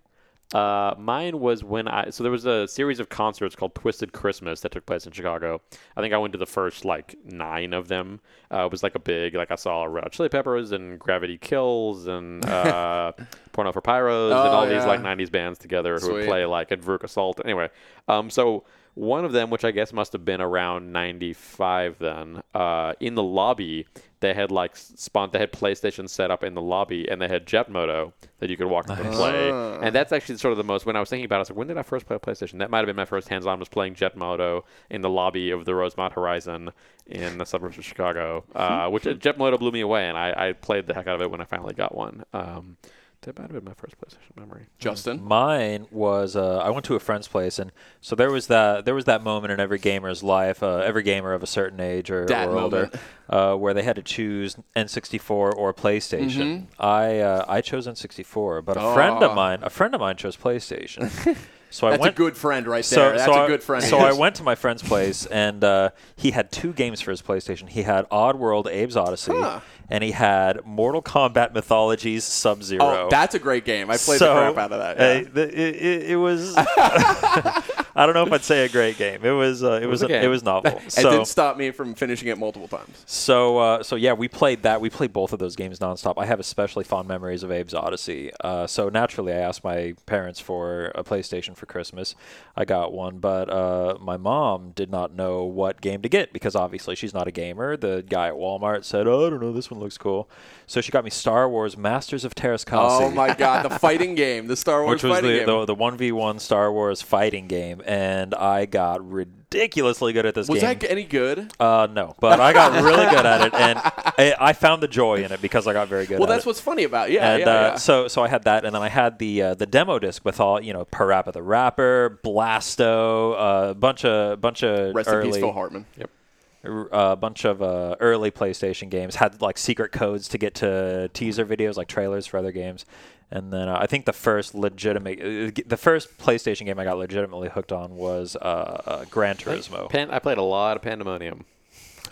C: uh, mine was when I so there was a series of concerts called Twisted Christmas that took place in Chicago. I think I went to the first like nine of them. Uh, it was like a big like I saw Red Hot Chili Peppers and Gravity Kills and uh, Porno for Pyros and all these
A: yeah.
C: like 90s bands together who would
A: Sweet.
C: play like Adverk Assault. Anyway, um, so one of them, which I guess must have been around 95 then, uh, in the lobby, they had like spawn, they had PlayStation set up in the lobby and they had Jet Moto that you could walk up and play.
A: Ah.
C: And that's actually sort of the most, when I was thinking about it, I was like, when did I first play PlayStation? That might have been my first hands on was playing Jet Moto in the lobby of the Rosemont Horizon in the suburbs of Chicago, uh,
A: Hmm.
C: which uh, Jet Moto blew me away and I, I played the heck out of it when I finally got one. Um, that might have been my first PlayStation memory.
A: Justin.
B: Mine was uh, I went to a friend's place, and so there was that there was that moment in every gamer's life, uh, every gamer of a certain age or,
A: That
B: or older,
A: moment.
B: uh, where they had to choose N64 or PlayStation. I uh, I chose N64, but a friend
A: Mm-hmm. Aw.
B: of mine a friend of mine chose PlayStation. So I
A: That's
B: went
A: a good friend right there. That's
B: I-
A: a good friend.
B: So
A: He
B: I
A: is.
B: went to my friend's place, and uh, he had two games for his PlayStation. He had Odd World: Abe's Odyssey,
A: Huh.
B: and he had Mortal Kombat Mythologies Sub Zero.
A: Oh, that's a great game. I played the crap out of that.
B: uh,
A: Yeah.
B: the- it, it, it was. I don't know if I'd say a great game. It was. Uh, it, was.
C: a
B: a- it
C: game.
B: was novel.
A: it
B: so
A: did stop me from finishing it multiple times.
B: so uh, so yeah, we played that. We played both of those games nonstop. I have especially fond memories of Abe's Odyssey. Uh, so naturally, I asked my parents for a PlayStation for Christmas. I got one, but uh, my mom did not know what game to get because obviously she's not a gamer. The guy at Walmart said, "Oh, I don't know. This one looks cool." So she got me Star Wars: Masters of Terras Kasi
A: Oh my god, the fighting game, the Star Wars
B: which was
A: fighting
B: the,
A: game.
B: the the one v one Star Wars fighting game, and I got ridiculously good at this
A: was
B: game.
A: that any good?
B: uh, no, but I got really good at it, and I, I found the joy in it because I got very good.
A: Well,
B: at
A: that's
B: it.
A: what's funny about it. yeah,
B: and
A: yeah,
B: uh,
A: yeah.
B: so so I had that, and then I had the uh, the demo disc with all you know, Parappa the Rapper, Blasto, a bunch of bunch of
A: Rest
B: early
A: in peace, Phil Hartman. Yep.
B: r- a bunch of uh, early PlayStation games had like secret codes to get to teaser videos, like trailers for other games. And then uh, I think the first legitimate, uh, g- the first PlayStation game I got legitimately hooked on was uh, uh, Gran Turismo.
C: Pan- I played a lot of Pandemonium.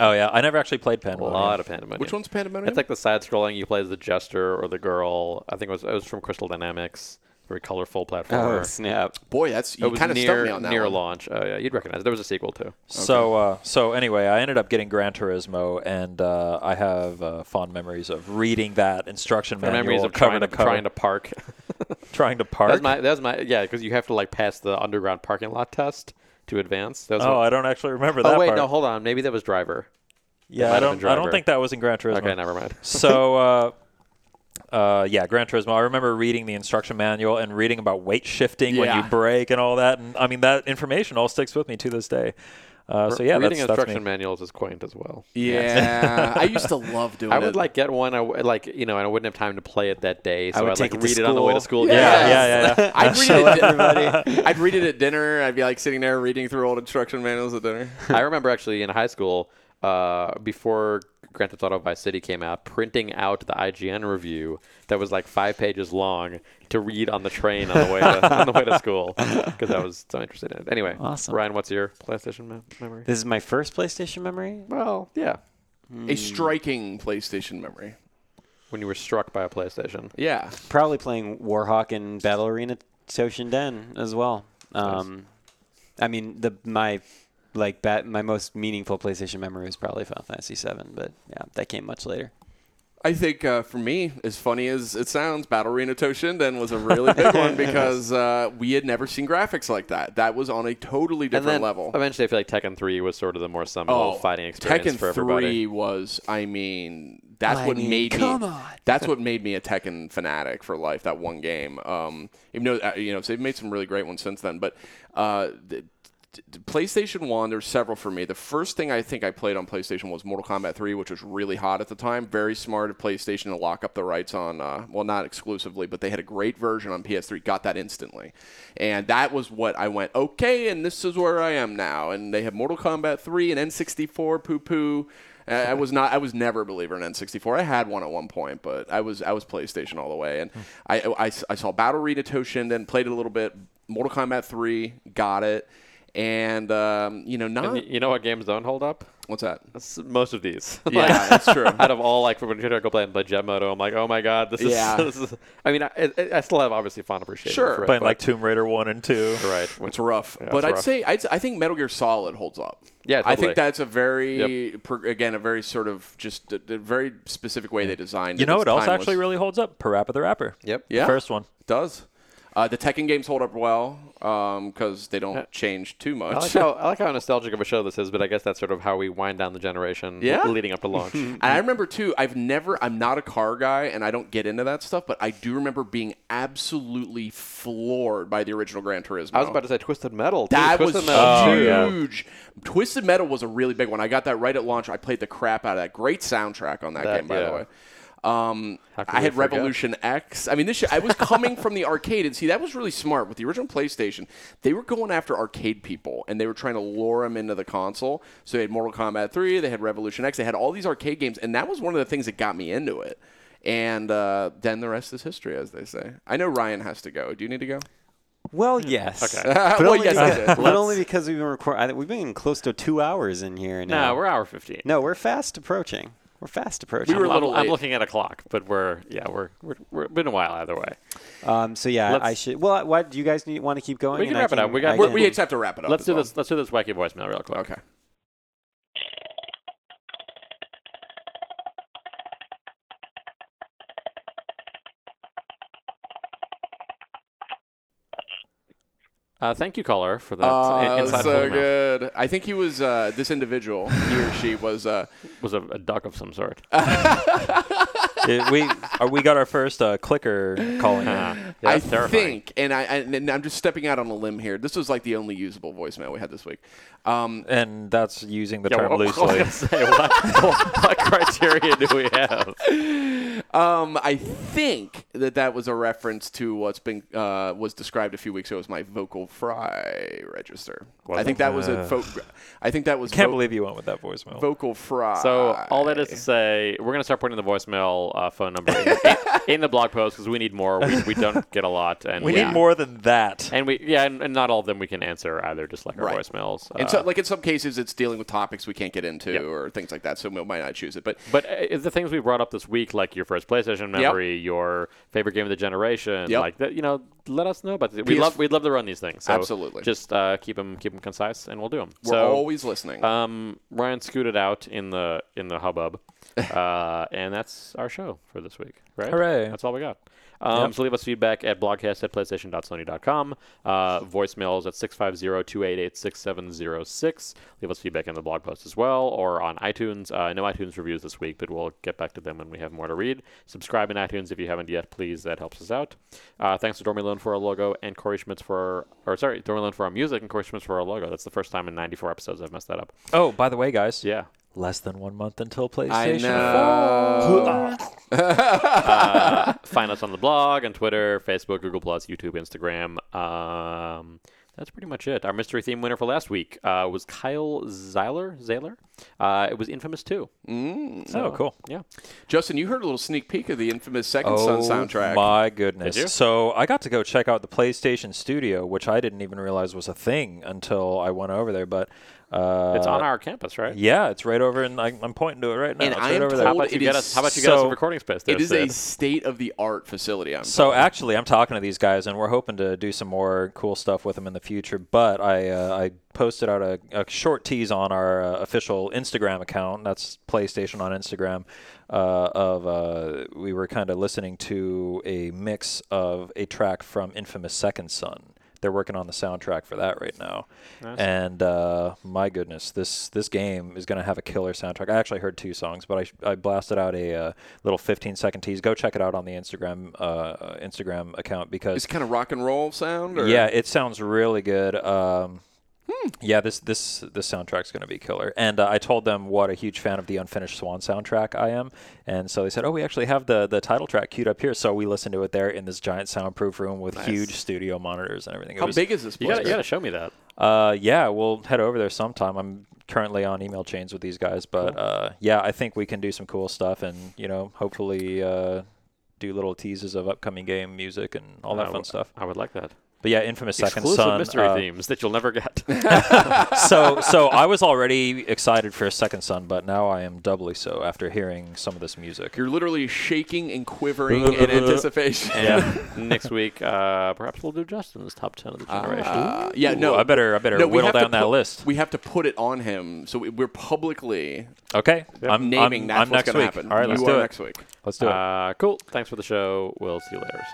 B: oh yeah, I never actually played Pen.
C: A lot of Pandemonium.
A: Which one's Pandemonium?
C: It's like the side-scrolling. You play as the jester or the girl. I think it was it was from Crystal Dynamics. Very colorful platformer.
D: Oh snap!
A: Boy, that's
C: it
A: you
C: was
A: kind of stumped
C: near
A: me on that.
C: near
A: one.
C: launch. Oh yeah, you'd recognize. it. There was a sequel too.
B: So uh, so anyway, I ended up getting Gran Turismo, and uh, I have uh, fond memories of reading that instruction
C: The
B: manual
C: memories of
B: cover
C: trying to,
B: cover,
C: trying to park.
B: trying to park.
C: that's my that's my yeah because you have to like pass the underground parking lot test to advance. That was
B: oh,
C: one-
B: I don't actually remember that.
C: oh wait,
B: part.
C: no, hold on. Maybe that was driver.
B: yeah,
C: might
B: I
C: have been
B: don't. I don't
C: Driver.
B: think that was in Gran Turismo.
C: Okay, never mind.
B: so uh, uh, yeah, Gran Turismo. I remember reading the instruction manual and reading about weight shifting when
A: Yeah.
B: you brake and all that. And I mean, that information all sticks with me to this day. Uh, so yeah,
C: reading
B: that's, that's
C: instruction
B: me.
C: manuals is quaint as well.
A: Yeah, I used to love doing.
C: I
A: it.
C: would like get one. I w- like you know, and I wouldn't have time to play it that day, so
D: would
C: I'd
D: take
C: like
D: it
C: read
D: to
C: it on the way to
D: school.
C: school.
B: Yeah, yeah, yeah. yeah.
A: I'd read, it at dinner. I'd read it at dinner. I'd be like sitting there reading through old instruction manuals at dinner.
C: I remember actually in high school, uh, before Grand Theft Auto Vice City came out, printing out the IGN review that was like five pages long to read on the train on the way to, on the way to school because I was so interested in it. Anyway,
D: Awesome.
C: Ryan, what's your PlayStation mem- memory?
D: This is my first PlayStation memory.
C: Well, yeah, Hmm.
A: A striking PlayStation memory.
C: when you were struck by a PlayStation.
A: Yeah,
D: Probably playing Warhawk and Battle Arena Toshinden as well. Um, I mean, the my like bat, my most meaningful PlayStation memory was probably Final Fantasy VII, but yeah, that came much later.
A: I think uh, for me, as funny as it sounds, Battle Arena Toshinden was a really big one because uh, we had never seen graphics like that. That was on a totally different
C: and then
A: level.
C: Eventually, I feel like Tekken 3 was sort of the more
D: Oh,
C: seminal fighting experience
A: Oh, Tekken
C: for everybody.
A: Three was, I mean, that's
D: I
A: what
D: mean,
A: made
D: come
A: me.
D: on.
A: That's what made me a Tekken fanatic for life. That one game. Um, even though uh, you know so they've made some really great ones since then, but uh, the, t- t- PlayStation One, there's several for me. The first thing I think I played on PlayStation was Mortal Kombat Three, which was really hot at the time. Very smart of PlayStation to lock up the rights on, uh, well, not exclusively, but they had a great version on PS3. Got that instantly, and that was what I went okay, and this is where I am now. And they have Mortal Kombat Three and N64 poo poo. Uh, I was not. I was never a believer in N64. I had one at one point, but I was I was PlayStation all the way. And I I, I saw Battle Arena Toshinden, played it a little bit. Mortal Kombat 3, got it. and um, you know,
C: And
A: not
C: y- you know what games don't hold up?
A: what's that?
C: That's most of these. Like,
A: Yeah, that's true.
C: out of all like from when I go play and play Jet Moto, I'm like, oh my god, this is.
A: Yeah.
C: This is I mean, I, I- I still have obviously fond appreciation.
A: Sure.
C: for it,
B: Playing
C: but-
B: like Tomb Raider one and two.
C: right.
A: It's rough,
C: Yeah,
A: but
C: it's
A: I'd
C: rough.
A: say I'd, I think Metal Gear Solid holds up.
C: Yeah,
A: I
C: totally.
A: think that's a very per, again a very sort of just a, a very specific way they designed.
B: You
A: it.
B: know
A: It's
B: what else
A: timeless.
B: actually really holds up? Parappa the Rapper.
C: Yep.
A: Yeah.
B: The first one.
A: It does. Uh, the Tekken games hold up well because they don't change too much.
C: I like, how, I like how nostalgic of a show this is, but I guess that's sort of how we wind down the generation
A: Yeah.
C: leading up to launch.
A: And I remember too, I've never, I'm not a car guy and I don't get into that stuff, but I do remember being absolutely floored by the original Gran Turismo.
C: I was about to say Twisted Metal. too.
A: That was
C: Twisted
A: Oh,
C: Metal. too.
A: huge. Twisted Metal was a really big one. I got that right at launch. I played the crap out of that. Great soundtrack on that,
C: That-
A: game, by
C: yeah.
A: the way. Um,
C: How could
A: I
C: we
A: had
C: forget?
A: Revolution X. I mean, this shit, I was coming from the arcade, and see, that was really smart with the original PlayStation. They were going after arcade people, and they were trying to lure them into the console. So they had Mortal Kombat 3, they had Revolution X, they had all these arcade games, and that was one of the things that got me into it. And uh, then the rest is history, as they say. I know Ryan has to go. Do you need to go?
C: Hmm.
D: Well, yes. Okay. But
A: Well,
D: only
A: yes, I
D: because,
A: did.
D: but only because we've been recording. We've been close to two hours in here now.
C: No, we're hour 15.
D: No, we're fast approaching. We're fast approaching.
A: were a
C: I'm,
A: little
C: I'm
A: late.
C: looking at a clock, but we're yeah, we're we're, we're been a while either way.
D: um, so yeah,
C: Let's-
D: I should. Well, why do you guys need, want to keep going?
C: We can
D: And I
C: wrap it up. We got-
D: I
A: We're,
D: can-
A: we just have to wrap it up.
C: Let's
A: as
C: do
A: well.
C: this. Let's do this wacky voicemail real quick.
A: Okay.
C: Uh, thank you, caller, for that
A: Uh,
C: in- insightful
A: so
C: email.
A: good. I think he was uh, this individual. He or she was. Uh,
C: Was a, a duck of some sort.
B: It- we uh, we got our first uh, clicker calling in.
C: Yeah,
A: I
C: that's terrifying.
A: think, and I and, and I'm just stepping out on a limb here. This was like the only usable voicemail we had this week. Um,
B: And that's using the
C: Yeah,
B: term
C: well, I was
B: loosely.
C: gonna say, what, what, criteria do we have?
A: um, I think that that was a reference to what's been uh, was described a few weeks ago as my vocal fry register. I think that was a. Fo- I think that was.
B: Can't
A: vo-
B: believe you went with that voicemail.
A: vocal fry.
C: So all that is to say, we're gonna start putting the voicemail uh, phone number in, in, the blog post because we need more. We, we don't get a lot, and
B: we need more than that.
C: And we yeah, and, and not all of them we can answer either, just like our
A: Right.
C: voicemails.
A: And
C: Uh,
A: so, like in some cases, it's dealing with topics we can't get into
C: Yep.
A: or things like that, so we might not choose it. But
C: But uh, the things we brought up this week, like your first PlayStation memory, your favorite game of the generation,
A: Yep.
C: like that, you know, let us know about this. We
A: PS
C: love we'd love to run these things. So
A: Absolutely.
C: Just uh, keep them keep them concise, and we'll do them.
A: we're
C: so
A: always listening.
C: um, Ryan scooted out in the in the hubbub, uh, and that's our show for this week. Right?
B: Hooray.
C: That's all we got. Um, So leave us feedback at blogcast at playstation.sony.com, uh, voicemails at 650-288-6706. Leave us feedback in the blog post as well or on iTunes. Uh, no iTunes reviews this week, but we'll get back to them when we have more to read. Subscribe in iTunes if you haven't yet, please. That helps us out. Uh, thanks to Dormy Loan for our logo and Corey Schmitz for, or sorry, Dormy Loan for our music and Corey Schmitz for our logo. That's the first time in 94 episodes I've messed that up.
B: Oh, by the way, guys.
C: Yeah.
B: Less than one month until
A: I
B: PlayStation.
A: know.
C: uh, find us on the blog, on Twitter, Facebook, Google Plus, YouTube, Instagram. Um, that's pretty much it. Our mystery theme winner for last week uh, was Kyle Zeiler. Zeiler. Uh, it was Infamous too.
B: Oh, cool.
C: Yeah.
A: Justin, you heard a little sneak peek of the infamous Second Son soundtrack.
B: Oh My goodness.
C: Did you?
B: So I got to go check out the PlayStation Studio, which I didn't even realize was a thing until I went over there. But uh,
C: It's on our campus, right?
B: Yeah, it's right over, and I'm pointing to it right now.
A: And
B: it's
A: I
B: right
A: am
C: How
B: over there.
A: told-
C: about you
A: It
C: get
A: is
C: us? How about you get us a
B: so-
C: recording space? There,
A: It is a
C: Sid?
A: state of the art facility. I'm
B: So actually, I'm talking to these guys, and we're hoping to do some more cool stuff with them in the future. But I uh, I posted out a, a short tease on our uh, official Instagram account. That's PlayStation on Instagram. Uh, of uh, we were kind of listening to a mix of a track from Infamous Second Son. They're working on the soundtrack for that right now, and uh, my goodness, this this game is going to have a killer soundtrack. I actually heard two songs, but I, sh- I blasted out a uh, little 15 second tease. Go check it out on the Instagram uh, Instagram account because
A: It's kind of rock and roll sound. Or?
B: yeah, it sounds really good. Um,
A: Hmm.
B: Yeah, this this this soundtrack's going to be killer. And uh, I told them what a huge fan of the Unfinished Swan soundtrack I am, and so they said, "Oh, we actually have the the title track queued up here." So we listened to it there in this giant soundproof room with huge studio monitors and everything. It
A: How
B: was-
A: big is this
C: You
A: place?
C: gotta, you gotta show me that.
B: uh, yeah, we'll head over there sometime. I'm currently on email chains with these guys, but uh, yeah, I think we can do some cool stuff, and you know, hopefully uh, do little teases of upcoming game music and all that
C: I
B: fun
C: w-
B: stuff.
C: I would like that.
B: But yeah, Infamous Second
C: Exclusive
B: Son.
C: mystery
B: uh,
C: themes that you'll never get.
B: so so I was already excited for Second Son, but now I am doubly so after hearing some of this music.
A: You're literally shaking and quivering in anticipation.
C: and next week, uh, perhaps we'll do Justin's top ten of the generation.
A: Uh, yeah, no.
B: Ooh, I better- I better
A: we
B: whittle
A: have to
B: down that
A: put-
B: list.
A: We have to put it on him, so we, we're publicly
B: Okay, I'm
A: naming
B: I'm,
A: that's
B: I'm
A: what's
B: next
A: going to
B: week.
A: happen.
B: All right,
A: you
B: let's
A: are
B: do it.
A: next week.
B: Let's do it.
C: Uh, cool. Thanks for the show. We'll see you later.